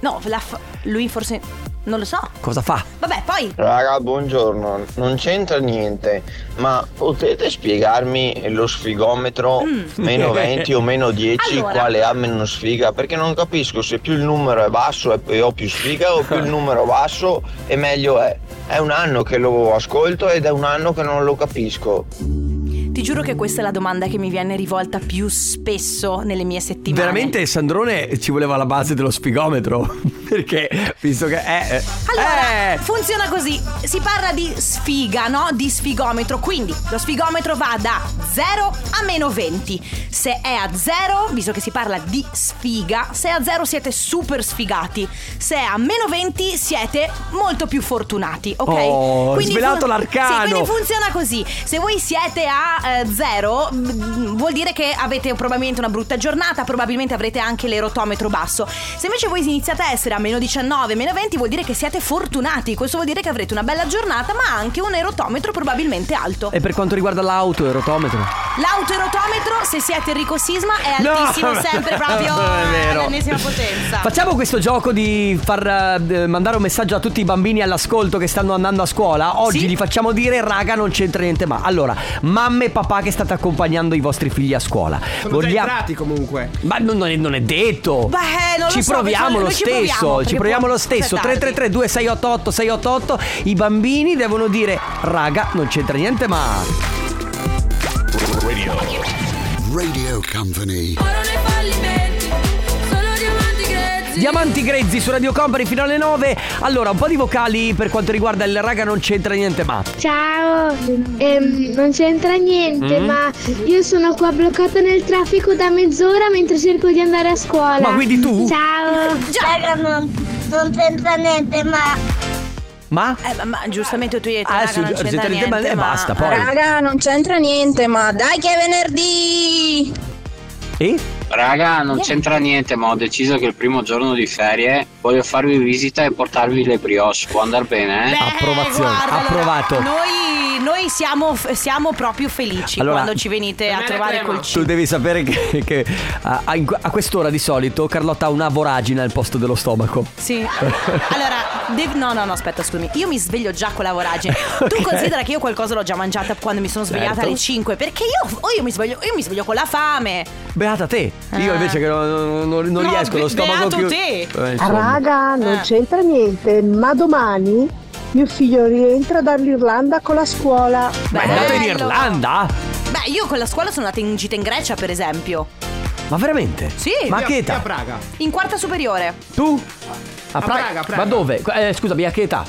[SPEAKER 2] No, la fa- lui forse... Non lo so.
[SPEAKER 1] Cosa fa?
[SPEAKER 2] Vabbè, poi...
[SPEAKER 10] Raga, buongiorno, non c'entra niente, ma potete spiegarmi lo sfigometro
[SPEAKER 2] Mm.
[SPEAKER 10] meno 20 o meno 10
[SPEAKER 2] Allora.
[SPEAKER 10] quale ha meno sfiga? Perché non capisco se più il numero è basso e- e ho più sfiga o più il numero basso e meglio è. È un anno che lo ascolto ed è un anno che non lo capisco.
[SPEAKER 2] Ti giuro che questa è la domanda che mi viene rivolta più spesso nelle mie settimane.
[SPEAKER 1] Veramente Sandrone ci voleva la base dello sfigometro. Perché visto che è.
[SPEAKER 2] Allora,
[SPEAKER 1] Eh.
[SPEAKER 2] funziona così. Si parla di sfiga, no? Di sfigometro. Quindi lo sfigometro va da 0 a meno 20. Se è a 0, visto che si parla di sfiga, se è a 0 siete super sfigati. Se è a meno 20 siete molto più fortunati, ok?
[SPEAKER 1] Oh, svelato l'arcano.
[SPEAKER 2] Sì, quindi funziona così. Se voi siete a 0, vuol dire che avete probabilmente una brutta giornata, probabilmente avrete anche l'erotometro basso. Se invece voi iniziate a essere a meno 19, meno 20, vuol dire che siete fortunati. Questo vuol dire che avrete una bella giornata, ma anche un erotometro probabilmente alto.
[SPEAKER 1] E per quanto riguarda l'auto e il rotometro?
[SPEAKER 2] L'autoerotometro, se siete Enrico Sisma, è
[SPEAKER 1] No,
[SPEAKER 2] altissimo
[SPEAKER 1] vabbè,
[SPEAKER 2] sempre proprio
[SPEAKER 1] non è vero.
[SPEAKER 2] all'ennesima potenza.
[SPEAKER 1] Facciamo questo gioco di far eh, mandare un messaggio a tutti i bambini all'ascolto che stanno andando a scuola. Oggi gli facciamo dire, raga, non c'entra niente ma. Allora, mamme e papà che state accompagnando i vostri figli a scuola.
[SPEAKER 4] Sono già entrati comunque.
[SPEAKER 1] Ma non, non è, non è detto.
[SPEAKER 4] Beh, non lo
[SPEAKER 1] ci
[SPEAKER 4] so, perché
[SPEAKER 1] proviamo lo
[SPEAKER 4] noi ci proviamo,
[SPEAKER 1] stesso. Ci
[SPEAKER 4] perché
[SPEAKER 1] proviamo
[SPEAKER 4] può-
[SPEAKER 1] lo stesso.
[SPEAKER 4] è tardi.
[SPEAKER 1] 333 2688 688 I bambini devono dire, raga, non c'entra niente ma.
[SPEAKER 30] Radio. Radio Company.
[SPEAKER 1] Diamanti grezzi su Radio Company fino alle 9. Allora, un po' di vocali per quanto riguarda il raga non c'entra niente ma.
[SPEAKER 6] Ciao, ehm, non c'entra niente,
[SPEAKER 1] Mm.
[SPEAKER 6] ma io sono qua bloccata nel traffico da mezz'ora mentre cerco di andare a scuola.
[SPEAKER 1] Ma quindi tu?
[SPEAKER 6] Ciao.
[SPEAKER 2] Raga,
[SPEAKER 6] non, c'entra niente, ma...
[SPEAKER 1] Ma?
[SPEAKER 2] Eh, ma, ma giustamente tu hai detto,
[SPEAKER 1] Ah,
[SPEAKER 2] raga,
[SPEAKER 1] sì,
[SPEAKER 2] non c'entra
[SPEAKER 1] gente,
[SPEAKER 2] niente,
[SPEAKER 1] ma- e
[SPEAKER 2] ma...
[SPEAKER 1] basta, poi.
[SPEAKER 31] Raga, non c'entra niente, ma dai che è venerdì!
[SPEAKER 1] E?
[SPEAKER 38] Raga, non c'entra niente, ma ho deciso che il primo giorno di ferie voglio farvi visita e portarvi le brioche. Può andare bene, eh?
[SPEAKER 1] Approvazione, approvato.
[SPEAKER 2] Noi, noi siamo, siamo proprio felici
[SPEAKER 1] Allora-
[SPEAKER 2] quando ci venite a trovare col cibo.
[SPEAKER 1] Tu devi sapere che, che a, a- in que- a quest'ora di solito Carlotta ha una voragine al posto dello stomaco.
[SPEAKER 2] Sì. Allora, dev- no, no, no, aspetta, scusami. Io mi sveglio già con la voragine. Tu considera che io qualcosa l'ho già mangiata quando mi sono svegliata
[SPEAKER 1] Certo.
[SPEAKER 2] alle 5. Perché io, o io, mi sveglio, io mi sveglio con la fame.
[SPEAKER 1] Beata te. Io
[SPEAKER 2] Ah.
[SPEAKER 1] invece che non, non- non
[SPEAKER 2] No,
[SPEAKER 1] riesco,
[SPEAKER 2] be-
[SPEAKER 1] lo stomaco
[SPEAKER 2] beato
[SPEAKER 1] chiuso.
[SPEAKER 2] te.
[SPEAKER 1] Eh, insomma.
[SPEAKER 29] Raga, non
[SPEAKER 2] Eh.
[SPEAKER 29] c'entra niente, ma domani mio figlio rientra dall'Irlanda con la scuola.
[SPEAKER 1] Ma è andata in
[SPEAKER 2] Bello.
[SPEAKER 1] Irlanda?
[SPEAKER 2] Beh, io con la scuola sono andata in gita in Grecia, per esempio.
[SPEAKER 1] Ma veramente?
[SPEAKER 2] Sì.
[SPEAKER 1] Ma
[SPEAKER 2] Io-
[SPEAKER 1] che
[SPEAKER 2] io
[SPEAKER 1] età?
[SPEAKER 2] a
[SPEAKER 1] Praga.
[SPEAKER 2] In quarta superiore.
[SPEAKER 1] Tu? A,
[SPEAKER 2] A
[SPEAKER 1] Praga,
[SPEAKER 2] Praga, Praga.
[SPEAKER 1] Ma dove? Eh, scusami, a che età?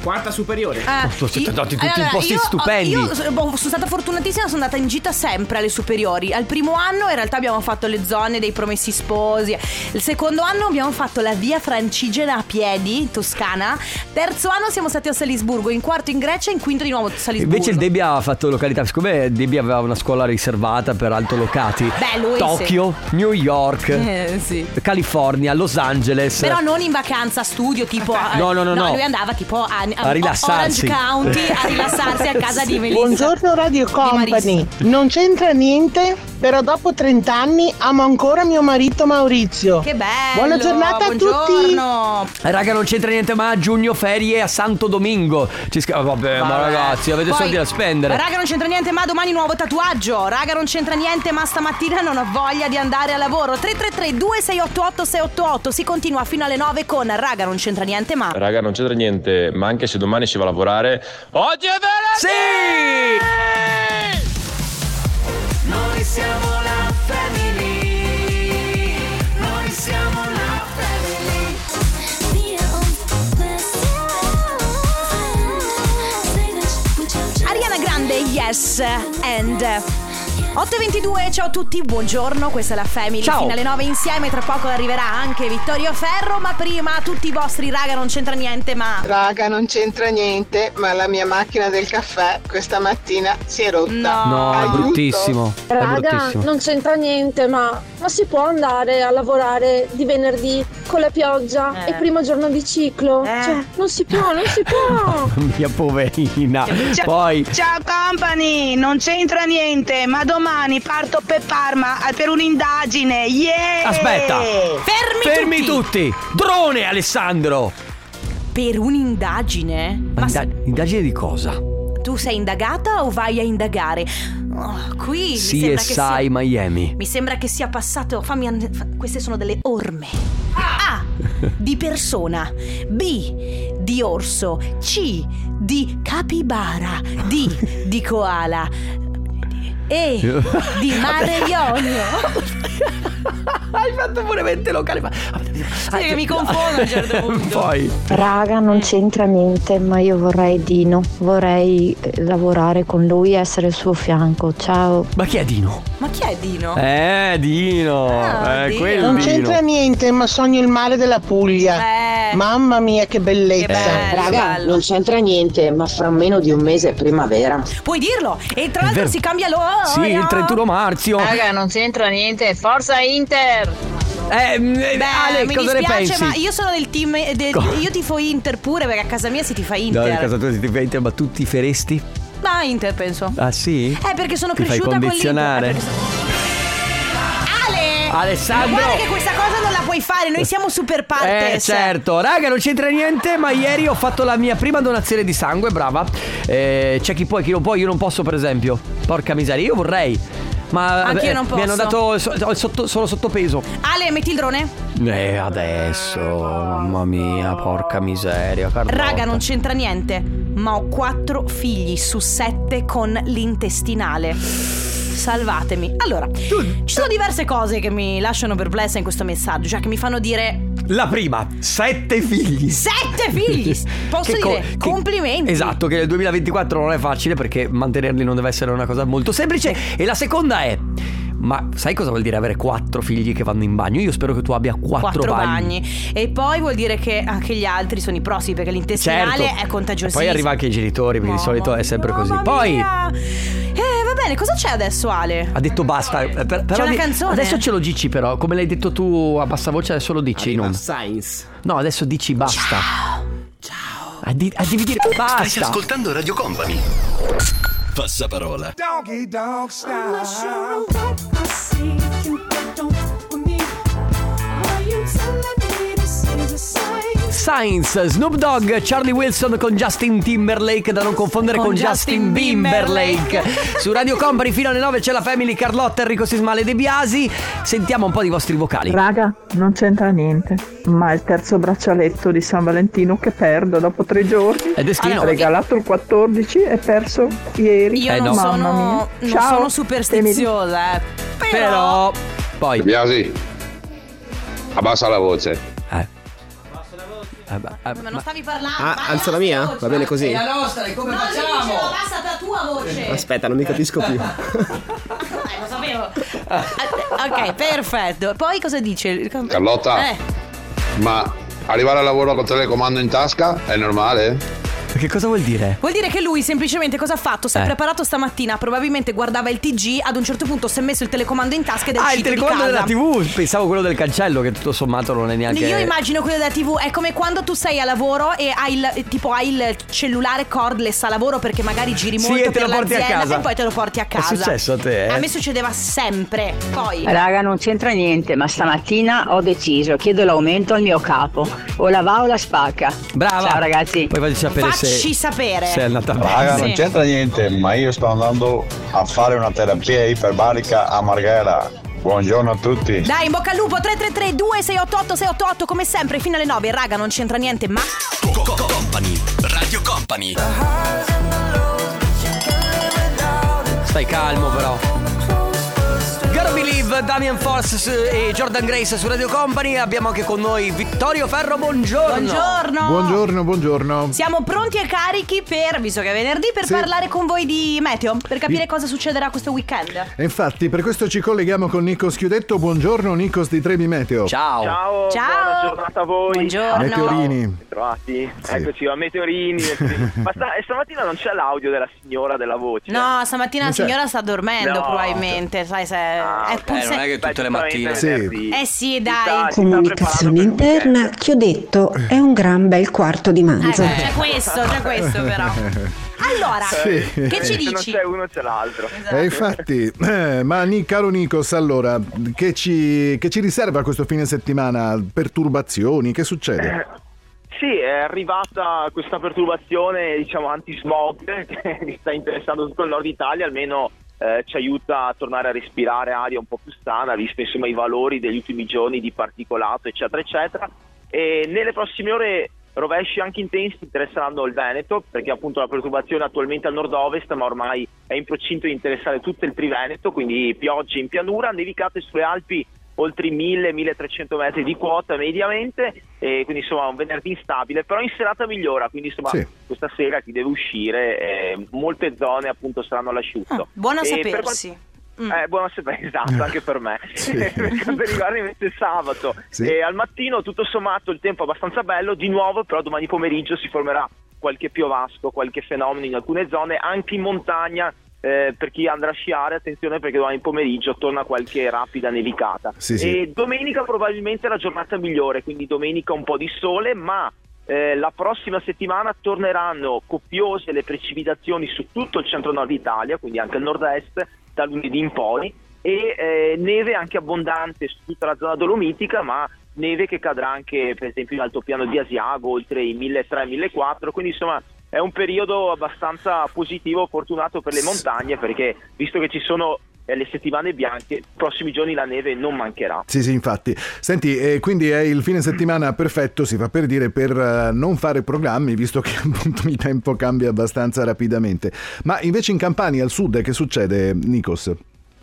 [SPEAKER 4] Quarta superiore.
[SPEAKER 2] Ah,
[SPEAKER 1] Oh, siete
[SPEAKER 2] io-
[SPEAKER 1] andati tutti in
[SPEAKER 2] allora,
[SPEAKER 1] posti
[SPEAKER 2] io ho-
[SPEAKER 1] stupendi.
[SPEAKER 2] Io so- boh, sono stata fortunatissima, sono andata in gita sempre alle superiori. Al primo anno in realtà abbiamo fatto le zone dei promessi sposi. Il secondo anno abbiamo fatto la via Francigena a piedi, in Toscana. Terzo anno siamo stati a Salisburgo, in quarto in Grecia, in quinto di nuovo a Salisburgo.
[SPEAKER 1] Invece il Debbie ha fatto località, siccome Debbie aveva una scuola riservata per altolocati.
[SPEAKER 2] Beh, lui sì.
[SPEAKER 1] Tokyo, New York,
[SPEAKER 2] Eh, sì.
[SPEAKER 1] California, Los Angeles.
[SPEAKER 2] Però non in vacanza, studio tipo. a-
[SPEAKER 1] No, no, no, no.
[SPEAKER 2] Lui andava tipo a,
[SPEAKER 1] A rilassarsi.
[SPEAKER 2] Orange County a rilassarsi a casa di Melissa.
[SPEAKER 26] Buongiorno Radio Company.
[SPEAKER 2] Marissa.
[SPEAKER 26] Non c'entra niente, però dopo 30 anni amo ancora mio marito Maurizio.
[SPEAKER 2] Che bello!
[SPEAKER 26] Buona giornata a tutti.
[SPEAKER 2] buongiorno.
[SPEAKER 1] Eh, Raga, non c'entra niente, ma a giugno ferie a Santo Domingo. Ci scri- Vabbè, ma ragazzi, avete
[SPEAKER 2] Poi,
[SPEAKER 1] soldi da spendere.
[SPEAKER 2] Raga, non c'entra niente, ma domani nuovo tatuaggio. Raga, non c'entra niente, ma stamattina non ho voglia di andare a lavoro. 333-2688-688. Si continua fino alle 9 con Raga, non c'entra niente, ma.
[SPEAKER 26] Raga, non c'entra niente, ma anche se domani si va a lavorare. Oggi è venerdì!
[SPEAKER 12] Noi siamo la family. Noi siamo la family.
[SPEAKER 2] Ariana Grande, yes, and. 8.22, ciao a tutti, buongiorno, questa è la Family.
[SPEAKER 1] Ciao.
[SPEAKER 2] Fino alle 9 insieme, tra poco arriverà anche Vittorio Ferro, ma prima tutti i vostri, raga, non c'entra niente, ma...
[SPEAKER 7] Raga, non c'entra niente, ma la mia macchina del caffè questa mattina si è rotta.
[SPEAKER 1] No, è bruttissimo. È
[SPEAKER 31] Raga,
[SPEAKER 1] bruttissimo.
[SPEAKER 31] non c'entra niente, ma, ma si può andare a lavorare di venerdì con la pioggia
[SPEAKER 2] Eh.
[SPEAKER 31] e primo giorno di ciclo? Cioè, non si può, non si può.
[SPEAKER 1] Mia poverina.
[SPEAKER 2] Cioè,
[SPEAKER 3] Ciao-
[SPEAKER 1] Poi
[SPEAKER 3] Ciao company, non c'entra niente, ma domani parto per Parma eh, per un'indagine. Yeah!
[SPEAKER 1] Aspetta.
[SPEAKER 2] Fermi,
[SPEAKER 1] Fermi tutti. Drone Alessandro.
[SPEAKER 2] Per un'indagine? Ma
[SPEAKER 1] Inda- indagine di cosa?
[SPEAKER 2] tu sei indagata o vai a indagare? Oh, qui mi
[SPEAKER 1] CSI
[SPEAKER 2] sembra che sia...
[SPEAKER 1] Miami.
[SPEAKER 2] Mi sembra che sia passato. Fammi. an- fa- queste sono delle orme. A. Di persona. B. Di orso. C. Di capibara. D. Di koala. E. Di mare ionio.
[SPEAKER 1] Hai fatto pure mente locale. Ma...
[SPEAKER 2] Sì, che mi confondo a un certo punto.
[SPEAKER 1] Poi.
[SPEAKER 8] Raga,
[SPEAKER 2] Eh.
[SPEAKER 8] non c'entra niente, ma io vorrei Dino. Vorrei eh, lavorare con lui e essere al suo fianco. Ciao.
[SPEAKER 1] Ma chi è Dino?
[SPEAKER 2] Ma chi è Dino?
[SPEAKER 1] Eh, Dino.
[SPEAKER 8] Ah,
[SPEAKER 1] eh,
[SPEAKER 8] Dino.
[SPEAKER 1] quel
[SPEAKER 26] Non
[SPEAKER 1] Dino.
[SPEAKER 26] c'entra niente, ma sogno il mare della Puglia. Mamma mia, che bellezza.
[SPEAKER 2] Eh. Che bello, Raga, bello. non
[SPEAKER 26] c'entra niente, ma fra meno di un mese è primavera.
[SPEAKER 2] Puoi dirlo. E tra l'altro
[SPEAKER 26] vero.
[SPEAKER 2] si Oh, cambia l'ora.
[SPEAKER 1] Sì, il 31 marzo.
[SPEAKER 2] Raga,
[SPEAKER 3] non c'entra niente, forza Inter!
[SPEAKER 1] Eh, mm, eh,
[SPEAKER 2] Beh,
[SPEAKER 1] Ale,
[SPEAKER 2] mi
[SPEAKER 1] cosa ne
[SPEAKER 2] dispiace,
[SPEAKER 1] pensi?
[SPEAKER 2] ma io sono del team. eh, del-
[SPEAKER 1] Co-
[SPEAKER 2] io tifo Inter pure perché a casa mia si tifa
[SPEAKER 1] No,
[SPEAKER 2] Inter.
[SPEAKER 1] in casa tua si tifa Inter, ma tu ti feresti?
[SPEAKER 2] Ma Inter penso.
[SPEAKER 1] Ah, sì?
[SPEAKER 2] Eh, perché sono
[SPEAKER 1] Ti fai
[SPEAKER 2] cresciuta con
[SPEAKER 1] condizionare.
[SPEAKER 2] l'Inter. Ale!
[SPEAKER 1] Alessandro!
[SPEAKER 2] Guarda che questa cosa non la puoi fare, noi siamo super partes.
[SPEAKER 1] Eh certo, raga non c'entra niente ma ieri ho fatto la mia prima donazione di sangue, brava Eh, C'è chi può e chi non può, io non posso per esempio Porca miseria, io vorrei Ma
[SPEAKER 2] Anch'io
[SPEAKER 1] eh,
[SPEAKER 2] non
[SPEAKER 1] mi
[SPEAKER 2] posso.
[SPEAKER 1] hanno dato so- ho il sotto- solo sottopeso
[SPEAKER 2] Ale, metti il drone.
[SPEAKER 1] Eh adesso, mamma mia, porca miseria Carlotta.
[SPEAKER 2] Raga, non c'entra niente, ma ho quattro figli su sette con l'intestinale. Salvatemi. Allora, ci sono diverse cose che mi lasciano perplessa in questo messaggio, cioè che mi fanno dire
[SPEAKER 1] La prima, sette figli
[SPEAKER 2] sette figli. Posso
[SPEAKER 1] Che co-
[SPEAKER 2] dire
[SPEAKER 1] che-
[SPEAKER 2] complimenti.
[SPEAKER 1] Esatto, che nel 2024 non è facile perché mantenerli non deve essere una cosa molto semplice. E la seconda è. Ma sai cosa vuol dire avere quattro figli che vanno in bagno? Io spero che tu abbia quattro,
[SPEAKER 2] Quattro bagni. E poi vuol dire che anche gli altri sono i prossimi perché l'intestinale
[SPEAKER 1] Certo.
[SPEAKER 2] è
[SPEAKER 1] E
[SPEAKER 2] contagiosissimo.
[SPEAKER 1] Poi arriva anche i genitori, perché di solito è sempre così. Poi
[SPEAKER 2] Mia. Eh, va bene, cosa c'è adesso, Ale?
[SPEAKER 1] ha detto basta. eh, per- però
[SPEAKER 2] una
[SPEAKER 1] di-
[SPEAKER 2] canzone?
[SPEAKER 1] Adesso ce lo dici, però. Come l'hai detto tu a bassa voce, adesso lo dici. Non.
[SPEAKER 4] Science.
[SPEAKER 1] No, adesso dici basta. Ciao. A, di- a devi dire basta.
[SPEAKER 11] Stai ascoltando Radio Company. Passaparola.
[SPEAKER 13] Doggy dog style.
[SPEAKER 1] Science, Snoop Dogg, Charlie Wilson con Justin Timberlake, da non confondere con,
[SPEAKER 2] Con
[SPEAKER 1] Justin
[SPEAKER 2] Justin
[SPEAKER 1] Timberlake. Su Radio Company fino alle 9 c'è la Family Carlotta, Enrico Sismale De Biasi. Sentiamo un po' di vostri vocali.
[SPEAKER 32] Raga, non c'entra niente, ma il terzo braccialetto di San Valentino che perdo dopo tre giorni.
[SPEAKER 1] È deschino.
[SPEAKER 32] Ho regalato il 14 e perso ieri.
[SPEAKER 1] Eh,
[SPEAKER 2] Io non, sono, non
[SPEAKER 32] Ciao.
[SPEAKER 2] sono superstiziosa, eh.
[SPEAKER 1] Però poi
[SPEAKER 33] Biasi abbassa la voce.
[SPEAKER 13] Eh,
[SPEAKER 2] Ma non stavi parlando.
[SPEAKER 4] Eh. Ah, alzo la mia? Va bene così.
[SPEAKER 1] nostra, e come
[SPEAKER 2] passa la tua voce.
[SPEAKER 4] Aspetta, non mi capisco più.
[SPEAKER 2] Eh, lo sapevo. ok, perfetto. Poi cosa dice?
[SPEAKER 33] Carlotta.
[SPEAKER 2] Eh,
[SPEAKER 33] Ma arrivare al lavoro con telecomando in tasca è normale?
[SPEAKER 1] Che cosa vuol dire?
[SPEAKER 2] vuol dire che lui semplicemente cosa ha fatto? Si è
[SPEAKER 33] Eh.
[SPEAKER 2] preparato stamattina, probabilmente guardava il TG, ad un certo punto si è messo il telecomando in tasca ed è
[SPEAKER 1] Ah, il
[SPEAKER 2] uscito di
[SPEAKER 1] telecomando
[SPEAKER 2] casa.
[SPEAKER 1] della TV, pensavo quello del cancello che tutto sommato non è neanche
[SPEAKER 2] Io immagino quello della TV, è come quando tu sei a lavoro e hai il, tipo, hai il cellulare cordless a lavoro perché magari giri
[SPEAKER 1] Sì,
[SPEAKER 2] molto
[SPEAKER 1] e te
[SPEAKER 2] per
[SPEAKER 1] lo porti a
[SPEAKER 2] l'azienda
[SPEAKER 1] casa.
[SPEAKER 2] e poi te lo porti a casa.
[SPEAKER 1] successo a te, eh?
[SPEAKER 2] A me succedeva sempre. Poi
[SPEAKER 17] Raga, non c'entra niente, ma stamattina ho deciso, chiedo l'aumento al mio capo. O la va o la spacca.
[SPEAKER 1] Brava.
[SPEAKER 17] Ciao ragazzi.
[SPEAKER 1] Poi facci sapere
[SPEAKER 17] Facci
[SPEAKER 1] se
[SPEAKER 17] sapere.
[SPEAKER 1] Se è andata bene.
[SPEAKER 33] Raga,
[SPEAKER 17] Sì.
[SPEAKER 33] non c'entra niente, ma io sto andando a fare una terapia iperbarica a Marghera. Buongiorno a tutti.
[SPEAKER 2] Dai, in bocca al lupo 333 2688 688 come sempre fino alle 9. Raga, non c'entra niente, ma
[SPEAKER 11] Company. Radio Company.
[SPEAKER 1] Stai calmo però. Gotta believe Live, Damian Force su- e Jordan Grace su Radio Company. Abbiamo anche con noi Vittorio Ferro, buongiorno.
[SPEAKER 2] Buongiorno.
[SPEAKER 5] Buongiorno, buongiorno.
[SPEAKER 2] Siamo pronti e carichi per, visto che è venerdì, per
[SPEAKER 5] Sì.
[SPEAKER 2] parlare con voi di meteo, per capire
[SPEAKER 5] Vi-
[SPEAKER 2] cosa succederà questo weekend.
[SPEAKER 5] E infatti, per questo ci colleghiamo con Nico Schiudetto. Buongiorno, Nicos di Trebi Meteo.
[SPEAKER 22] Ciao, buona giornata a voi.
[SPEAKER 2] Buongiorno.
[SPEAKER 5] Meteorini.
[SPEAKER 22] Bentrovati.
[SPEAKER 5] Sì.
[SPEAKER 22] Eccoci a Meteorini. Ma sta- e stamattina non c'è l'audio della signora della voce.
[SPEAKER 2] No, stamattina
[SPEAKER 22] Non
[SPEAKER 2] la
[SPEAKER 22] c'è.
[SPEAKER 2] signora sta dormendo
[SPEAKER 22] No.
[SPEAKER 2] probabilmente, sai se... è pur
[SPEAKER 1] Eh,
[SPEAKER 2] se-
[SPEAKER 1] tutte le mattine.
[SPEAKER 22] Sì.
[SPEAKER 2] Eh sì, dai.
[SPEAKER 34] Comunicazione interna, chiudetto,
[SPEAKER 6] Eh.
[SPEAKER 34] è un gran bel quarto di
[SPEAKER 17] Eh,
[SPEAKER 34] manzo.
[SPEAKER 2] Ecco, c'è questo, c'è questo però. Allora,
[SPEAKER 5] Sì.
[SPEAKER 2] che ci
[SPEAKER 5] Se
[SPEAKER 2] dici? Esatto.
[SPEAKER 22] Se uno c'è l'altro.
[SPEAKER 5] E infatti, eh, ma Ni- caro Nicos, allora, che ci, che ci riserva questo fine settimana? Perturbazioni? Che
[SPEAKER 22] Eh,
[SPEAKER 5] succede?
[SPEAKER 22] Sì, è arrivata questa perturbazione, diciamo, anti-smog che mi sta interessando tutto il nord Italia, almeno eh, ci aiuta a tornare a respirare aria un po' più sana, visto insomma i valori degli ultimi giorni di particolato, eccetera, eccetera. E nelle prossime ore rovesci anche intensi interesseranno il Veneto, perché appunto la perturbazione attualmente è al nord-ovest, ma ormai è in procinto di interessare tutto il Triveneto, quindi piogge in pianura, nevicate sulle Alpi oltre i 1000-1300 metri di quota mediamente, e quindi insomma un venerdì instabile, però in serata migliora, quindi insomma
[SPEAKER 5] Sì.
[SPEAKER 22] questa sera chi deve uscire, eh, molte zone appunto saranno all'asciutto.
[SPEAKER 2] Buona
[SPEAKER 22] E per
[SPEAKER 2] sapersi.
[SPEAKER 22] eh, buona serata, esatto, anche per me. per quanto riguarda invece sabato, e al mattino tutto sommato il tempo è abbastanza bello, di nuovo però domani pomeriggio si formerà qualche piovasco, qualche fenomeno in alcune zone, anche in montagna. eh, per chi andrà a sciare, attenzione perché domani pomeriggio torna qualche rapida nevicata.
[SPEAKER 5] Sì, sì.
[SPEAKER 22] E domenica probabilmente è la giornata migliore, quindi domenica un po' di sole, ma eh, la prossima settimana torneranno copiose le precipitazioni su tutto il centro-nord Italia, quindi anche il nord-est, da lunedì in poi, e eh, neve anche abbondante su tutta la zona dolomitica, ma neve che cadrà anche per esempio in altopiano di Asiago, oltre i 1300-1400, quindi insomma è un periodo abbastanza positivo, fortunato per le montagne, perché visto che ci sono eh, le settimane bianche, i prossimi giorni la neve non mancherà.
[SPEAKER 5] Sì, sì, infatti. Senti, eh, quindi è il fine settimana perfetto, si fa per dire, per eh, non fare programmi, visto che appunto il tempo cambia abbastanza rapidamente. Ma invece in Campania, al sud, che succede, Nikos?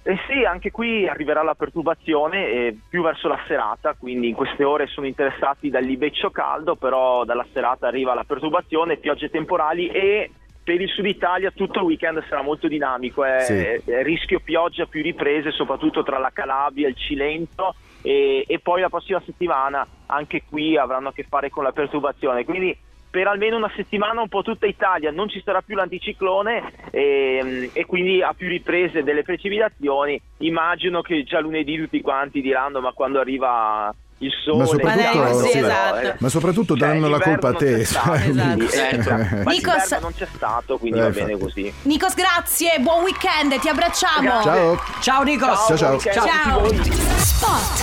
[SPEAKER 22] Eh sì, anche qui arriverà la perturbazione eh, più verso la serata, quindi in queste ore sono interessati dal libeccio caldo, però dalla serata arriva la perturbazione, piogge temporali e per il sud Italia tutto il weekend sarà molto dinamico, eh. è,
[SPEAKER 34] Sì.
[SPEAKER 22] è rischio pioggia più riprese, soprattutto tra la Calabria e il Cilento e, e poi la prossima settimana anche qui avranno a che fare con la perturbazione, quindi per almeno una settimana un po' tutta Italia non ci sarà più l'anticiclone e, e quindi a più riprese delle precipitazioni immagino che già lunedì tutti quanti diranno ma quando arriva il sole
[SPEAKER 5] Ma soprattutto,
[SPEAKER 22] eh,
[SPEAKER 5] sì,
[SPEAKER 1] esatto.
[SPEAKER 5] ma soprattutto danno la colpa a te. sai, Nikos.
[SPEAKER 22] ma
[SPEAKER 2] Nikos-
[SPEAKER 22] l'inverno non c'è stato quindi
[SPEAKER 5] Eh,
[SPEAKER 22] va
[SPEAKER 5] infatti.
[SPEAKER 22] bene così
[SPEAKER 2] Nikos, grazie, buon weekend, ti abbracciamo.
[SPEAKER 5] Ciao.
[SPEAKER 1] Ciao Nikos.
[SPEAKER 5] Ciao, ciao.
[SPEAKER 2] Ciao.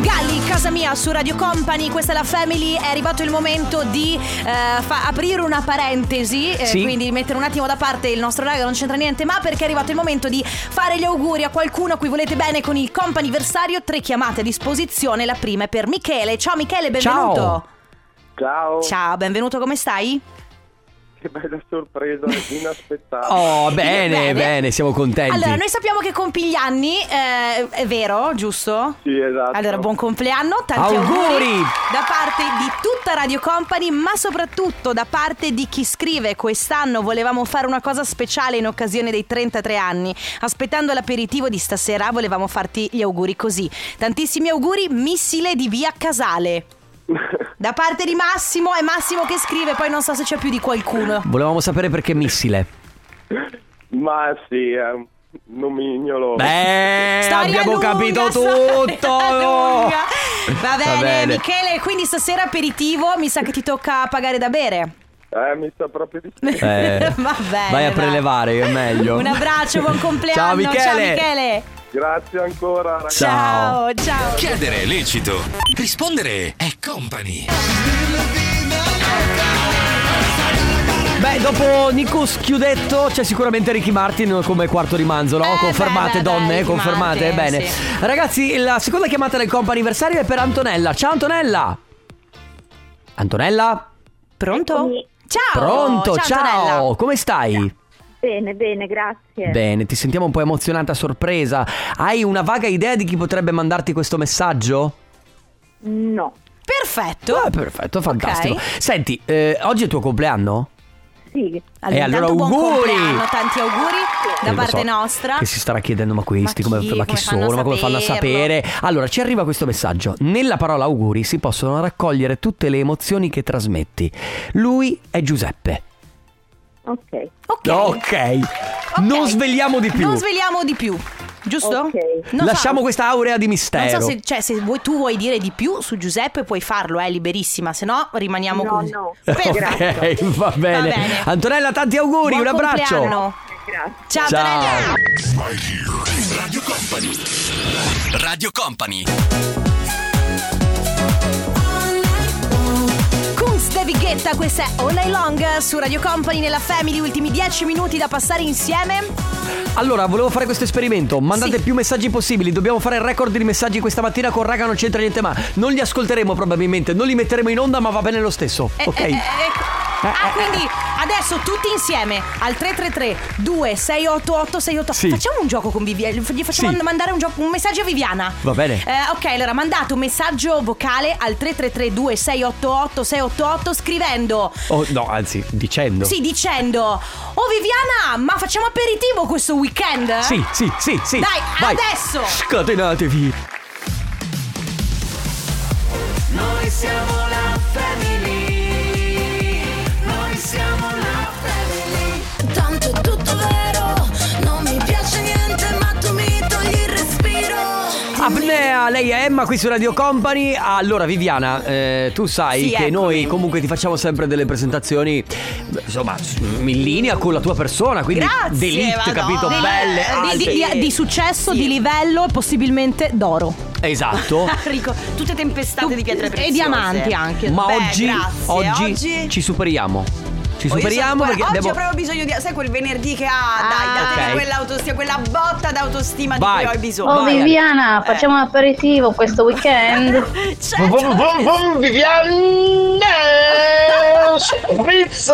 [SPEAKER 2] Galli, casa mia su Radio Company, questa è la Family, è arrivato il momento di eh, fa- aprire una parentesi, eh,
[SPEAKER 1] Sì.
[SPEAKER 2] quindi mettere un attimo da parte il nostro raga, non c'entra niente, ma perché è arrivato il momento di fare gli auguri a qualcuno a cui volete bene con il companiversario, tre chiamate a disposizione, la prima è per Michele. Ciao Michele, benvenuto.
[SPEAKER 35] Ciao.
[SPEAKER 2] Ciao, benvenuto, come stai?
[SPEAKER 35] Che bella sorpresa, inaspettata.
[SPEAKER 1] Oh, bene, bene,
[SPEAKER 35] Bene.
[SPEAKER 1] siamo contenti.
[SPEAKER 2] Allora, noi sappiamo che compi gli anni, eh, è vero, giusto?
[SPEAKER 35] Sì, esatto.
[SPEAKER 2] Allora, buon compleanno, tanti auguri.
[SPEAKER 1] Auguri!
[SPEAKER 2] da parte di tutta Radio Company, ma soprattutto da parte di chi scrive. Quest'anno volevamo fare una cosa speciale in occasione dei 33 anni. Aspettando l'aperitivo di stasera, volevamo farti gli auguri così. Tantissimi auguri, missile di via Casale. Da parte di Massimo, è Massimo che scrive, poi non so se c'è più di qualcuno.
[SPEAKER 1] Volevamo sapere perché missile.
[SPEAKER 35] Ma sì, è un nomignolo.
[SPEAKER 1] Beh,
[SPEAKER 2] Storia
[SPEAKER 1] abbiamo
[SPEAKER 2] lunga,
[SPEAKER 1] capito
[SPEAKER 2] storia
[SPEAKER 1] tutto.
[SPEAKER 2] lunga. Va bene,
[SPEAKER 1] Oh! bene.
[SPEAKER 2] Michele, quindi stasera aperitivo mi sa che ti tocca pagare da bere.
[SPEAKER 35] Eh, mi sta proprio di sì.
[SPEAKER 1] Eh,
[SPEAKER 2] Va bene.
[SPEAKER 1] vai a
[SPEAKER 2] dai.
[SPEAKER 1] prelevare, è meglio.
[SPEAKER 2] Un abbraccio, buon compleanno.
[SPEAKER 1] Ciao, Michele.
[SPEAKER 2] Ciao Michele.
[SPEAKER 35] Grazie ancora, ragazzi.
[SPEAKER 2] Ciao, ciao.
[SPEAKER 11] Chiedere è lecito, rispondere è company.
[SPEAKER 1] Beh, dopo Nikos Chiudetto c'è sicuramente Ricky Martin come quarto di manzo, no?
[SPEAKER 2] Eh,
[SPEAKER 1] confermate,
[SPEAKER 2] beh, dai,
[SPEAKER 1] donne,
[SPEAKER 2] Ricky
[SPEAKER 1] confermate.
[SPEAKER 2] Martin,
[SPEAKER 1] Bene.
[SPEAKER 2] sì.
[SPEAKER 1] Ragazzi, la seconda chiamata del comp anniversario è per Antonella. Ciao Antonella! Antonella?
[SPEAKER 2] Pronto? Ciao.
[SPEAKER 1] Pronto, ciao!
[SPEAKER 2] Antonella.
[SPEAKER 1] Come stai?
[SPEAKER 6] Bene, bene, grazie.
[SPEAKER 1] Bene, ti sentiamo un po' emozionata, sorpresa. Hai una vaga idea di chi potrebbe mandarti questo messaggio?
[SPEAKER 6] No.
[SPEAKER 2] Perfetto.
[SPEAKER 1] Ah, perfetto, fantastico. Senti, eh, oggi è il tuo compleanno?
[SPEAKER 6] Sì.
[SPEAKER 1] E allora
[SPEAKER 2] intanto buon
[SPEAKER 1] auguri!
[SPEAKER 2] compleanno, tanti auguri
[SPEAKER 1] Eh,
[SPEAKER 2] da
[SPEAKER 1] lo
[SPEAKER 2] parte
[SPEAKER 1] so,
[SPEAKER 2] nostra.
[SPEAKER 1] Che si starà chiedendo, ma questi,
[SPEAKER 2] Ma
[SPEAKER 1] come,
[SPEAKER 2] chi?
[SPEAKER 1] ma chi
[SPEAKER 2] Come fanno a
[SPEAKER 1] sono, ma come fanno a
[SPEAKER 2] saperlo?
[SPEAKER 1] sapere? Allora, ci arriva questo messaggio. Nella parola auguri si possono raccogliere tutte le emozioni che trasmetti. Lui è Giuseppe.
[SPEAKER 6] Ok.
[SPEAKER 1] Ok. Non svegliamo di più.
[SPEAKER 2] Oh, Non svegliamo di più. Giusto? Non so-
[SPEAKER 1] Lasciamo questa aurea di mistero.
[SPEAKER 2] Non so se, cioè, se vuoi- tu vuoi dire di più su Giuseppe puoi farlo, è liberissima, se no rimaniamo così. Perfetto.
[SPEAKER 1] Ok, va bene.
[SPEAKER 2] bene.
[SPEAKER 1] Antonella, tanti auguri,
[SPEAKER 2] Buon
[SPEAKER 1] un abbraccio.
[SPEAKER 2] compleanno. Ciao,
[SPEAKER 1] Ciao.
[SPEAKER 2] Antonella.
[SPEAKER 11] Radio Company. Radio Company.
[SPEAKER 2] Kunz De Vighetta, questa è All Night Long su Radio Company nella Family, ultimi 10 minuti da passare insieme.
[SPEAKER 1] Allora, volevo fare questo esperimento. Mandate più messaggi possibili. Dobbiamo fare il record di messaggi questa mattina con Raga non c'entra niente ma. Non li ascolteremo probabilmente, non li metteremo in onda, ma va bene lo stesso.
[SPEAKER 2] Eh,
[SPEAKER 1] ok. eh,
[SPEAKER 2] eh, eh, ecco. ah, quindi adesso tutti insieme al 333 2688 688 Facciamo un gioco con Viviana. Gli facciamo
[SPEAKER 1] Sì.
[SPEAKER 2] mandare un, gioco- un messaggio a Viviana.
[SPEAKER 1] Va bene.
[SPEAKER 2] Eh, ok, allora mandate un messaggio vocale al 333 2688 688 scrivendo
[SPEAKER 1] Oh, no, anzi, dicendo.
[SPEAKER 2] Sì, dicendo Oh Viviana, ma facciamo aperitivo questo weekend?
[SPEAKER 1] Sì, sì, sì, sì.
[SPEAKER 2] Dai,
[SPEAKER 1] Vai.
[SPEAKER 2] adesso!
[SPEAKER 1] Scatenatevi.
[SPEAKER 13] Noi siamo la family. Noi siamo la family. Tanto è tutto vero. Non mi piace niente, ma tu mi togli il respiro.
[SPEAKER 1] Apnea, lei è Emma qui su Radio Company. Allora, Viviana, eh, tu sai
[SPEAKER 2] Sì,
[SPEAKER 1] che
[SPEAKER 2] eccomi.
[SPEAKER 1] noi comunque ti facciamo sempre delle presentazioni, beh, insomma, in linea con la tua persona, quindi
[SPEAKER 2] Grazie,
[SPEAKER 1] d'elite,
[SPEAKER 2] Madonna.
[SPEAKER 1] capito?
[SPEAKER 2] Del-
[SPEAKER 1] Belle, alte.
[SPEAKER 2] di, di- di- di successo, di livello e possibilmente d'oro.
[SPEAKER 1] Esatto.
[SPEAKER 2] Enrico, tutte tempestate di pietre preziose. E diamanti anche.
[SPEAKER 1] Ma
[SPEAKER 2] Beh,
[SPEAKER 1] oggi,
[SPEAKER 2] grazie.
[SPEAKER 1] oggi
[SPEAKER 9] oggi-
[SPEAKER 1] ci superiamo. Ci
[SPEAKER 9] Oh, io
[SPEAKER 1] superiamo
[SPEAKER 9] sono-
[SPEAKER 1] perché
[SPEAKER 9] guarda, Oggi
[SPEAKER 1] abbiamo.
[SPEAKER 9] ho proprio bisogno di. Sai quel venerdì che
[SPEAKER 2] Ah.
[SPEAKER 9] ha. dai, datemi
[SPEAKER 1] ok.
[SPEAKER 9] quell'autostima, quella botta d'autostima
[SPEAKER 1] Vai.
[SPEAKER 9] di cui ho bisogno. Eh,
[SPEAKER 1] Oh, Vai, Ale.
[SPEAKER 9] Viviana,
[SPEAKER 6] facciamo un aperitivo questo weekend.
[SPEAKER 17] Cioè,
[SPEAKER 9] Vom, vom, vom, vom,
[SPEAKER 6] Viviana!
[SPEAKER 33] Spritz!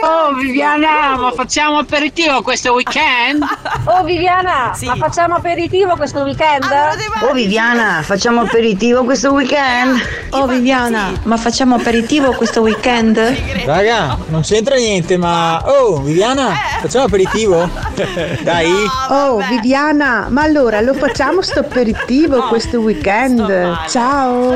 [SPEAKER 6] Oh Viviana,
[SPEAKER 17] Uh.
[SPEAKER 6] ma facciamo aperitivo questo weekend?
[SPEAKER 31] Oh Viviana, ma facciamo aperitivo questo weekend?
[SPEAKER 10] Oh Viviana, facciamo aperitivo questo weekend? Oh Viviana, ma facciamo aperitivo questo weekend?
[SPEAKER 30] Raga, non c'entra niente, ma. Oh, Viviana,
[SPEAKER 17] Eh.
[SPEAKER 30] facciamo aperitivo? Dai.
[SPEAKER 17] Ah,
[SPEAKER 29] Oh Viviana, ma allora lo facciamo sto aperitivo questo weekend? Ciao!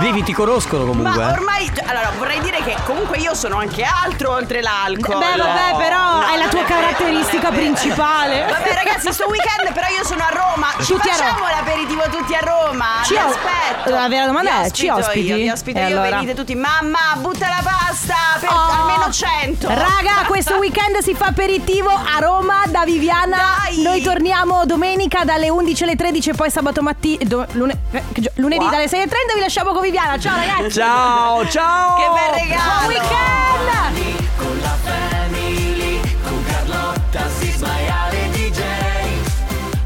[SPEAKER 1] Vivi, ti conoscono comunque.
[SPEAKER 9] Ma
[SPEAKER 1] eh.
[SPEAKER 9] ormai, allora vorrei dire che comunque io sono anche altro oltre l'alcol.
[SPEAKER 2] Beh, vabbè, però è la tua
[SPEAKER 9] non vero,
[SPEAKER 2] caratteristica
[SPEAKER 9] non è vero.
[SPEAKER 2] principale.
[SPEAKER 9] Vabbè, ragazzi, sto weekend, però io sono a Roma. Ci
[SPEAKER 2] Tutti a Roma.
[SPEAKER 9] facciamo l'aperitivo tutti a Roma.
[SPEAKER 2] Ci
[SPEAKER 9] Vi
[SPEAKER 2] os-
[SPEAKER 9] aspetto.
[SPEAKER 2] La vera domanda
[SPEAKER 9] Vi
[SPEAKER 2] è, ci
[SPEAKER 9] ospito
[SPEAKER 2] ospiti?
[SPEAKER 9] Io, vi ospito
[SPEAKER 2] E
[SPEAKER 9] io,
[SPEAKER 2] allora?
[SPEAKER 9] venite tutti. Mamma, butta la pasta per
[SPEAKER 2] Oh.
[SPEAKER 9] almeno 100.
[SPEAKER 2] Raga, questo weekend si fa aperitivo a Roma da Viviana. Noi torniamo domenica dalle 11 alle 13 e poi sabato mattina. eh, lunedì
[SPEAKER 9] Qua.
[SPEAKER 2] dalle 6 alle 30 vi lasciamo con Viviana. Ciao ragazzi.
[SPEAKER 1] Ciao, ciao.
[SPEAKER 9] Che bel regalo.
[SPEAKER 2] Buon weekend.
[SPEAKER 13] Con la family, con Carlotta, Sisma e Ale DJ.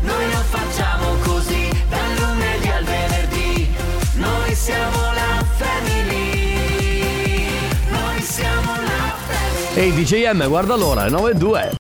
[SPEAKER 13] Noi lo facciamo così, dal lunedì al venerdì. Noi siamo la family. Noi siamo la family.
[SPEAKER 1] Ehi, DJM, guarda l'ora, è 9 e 2.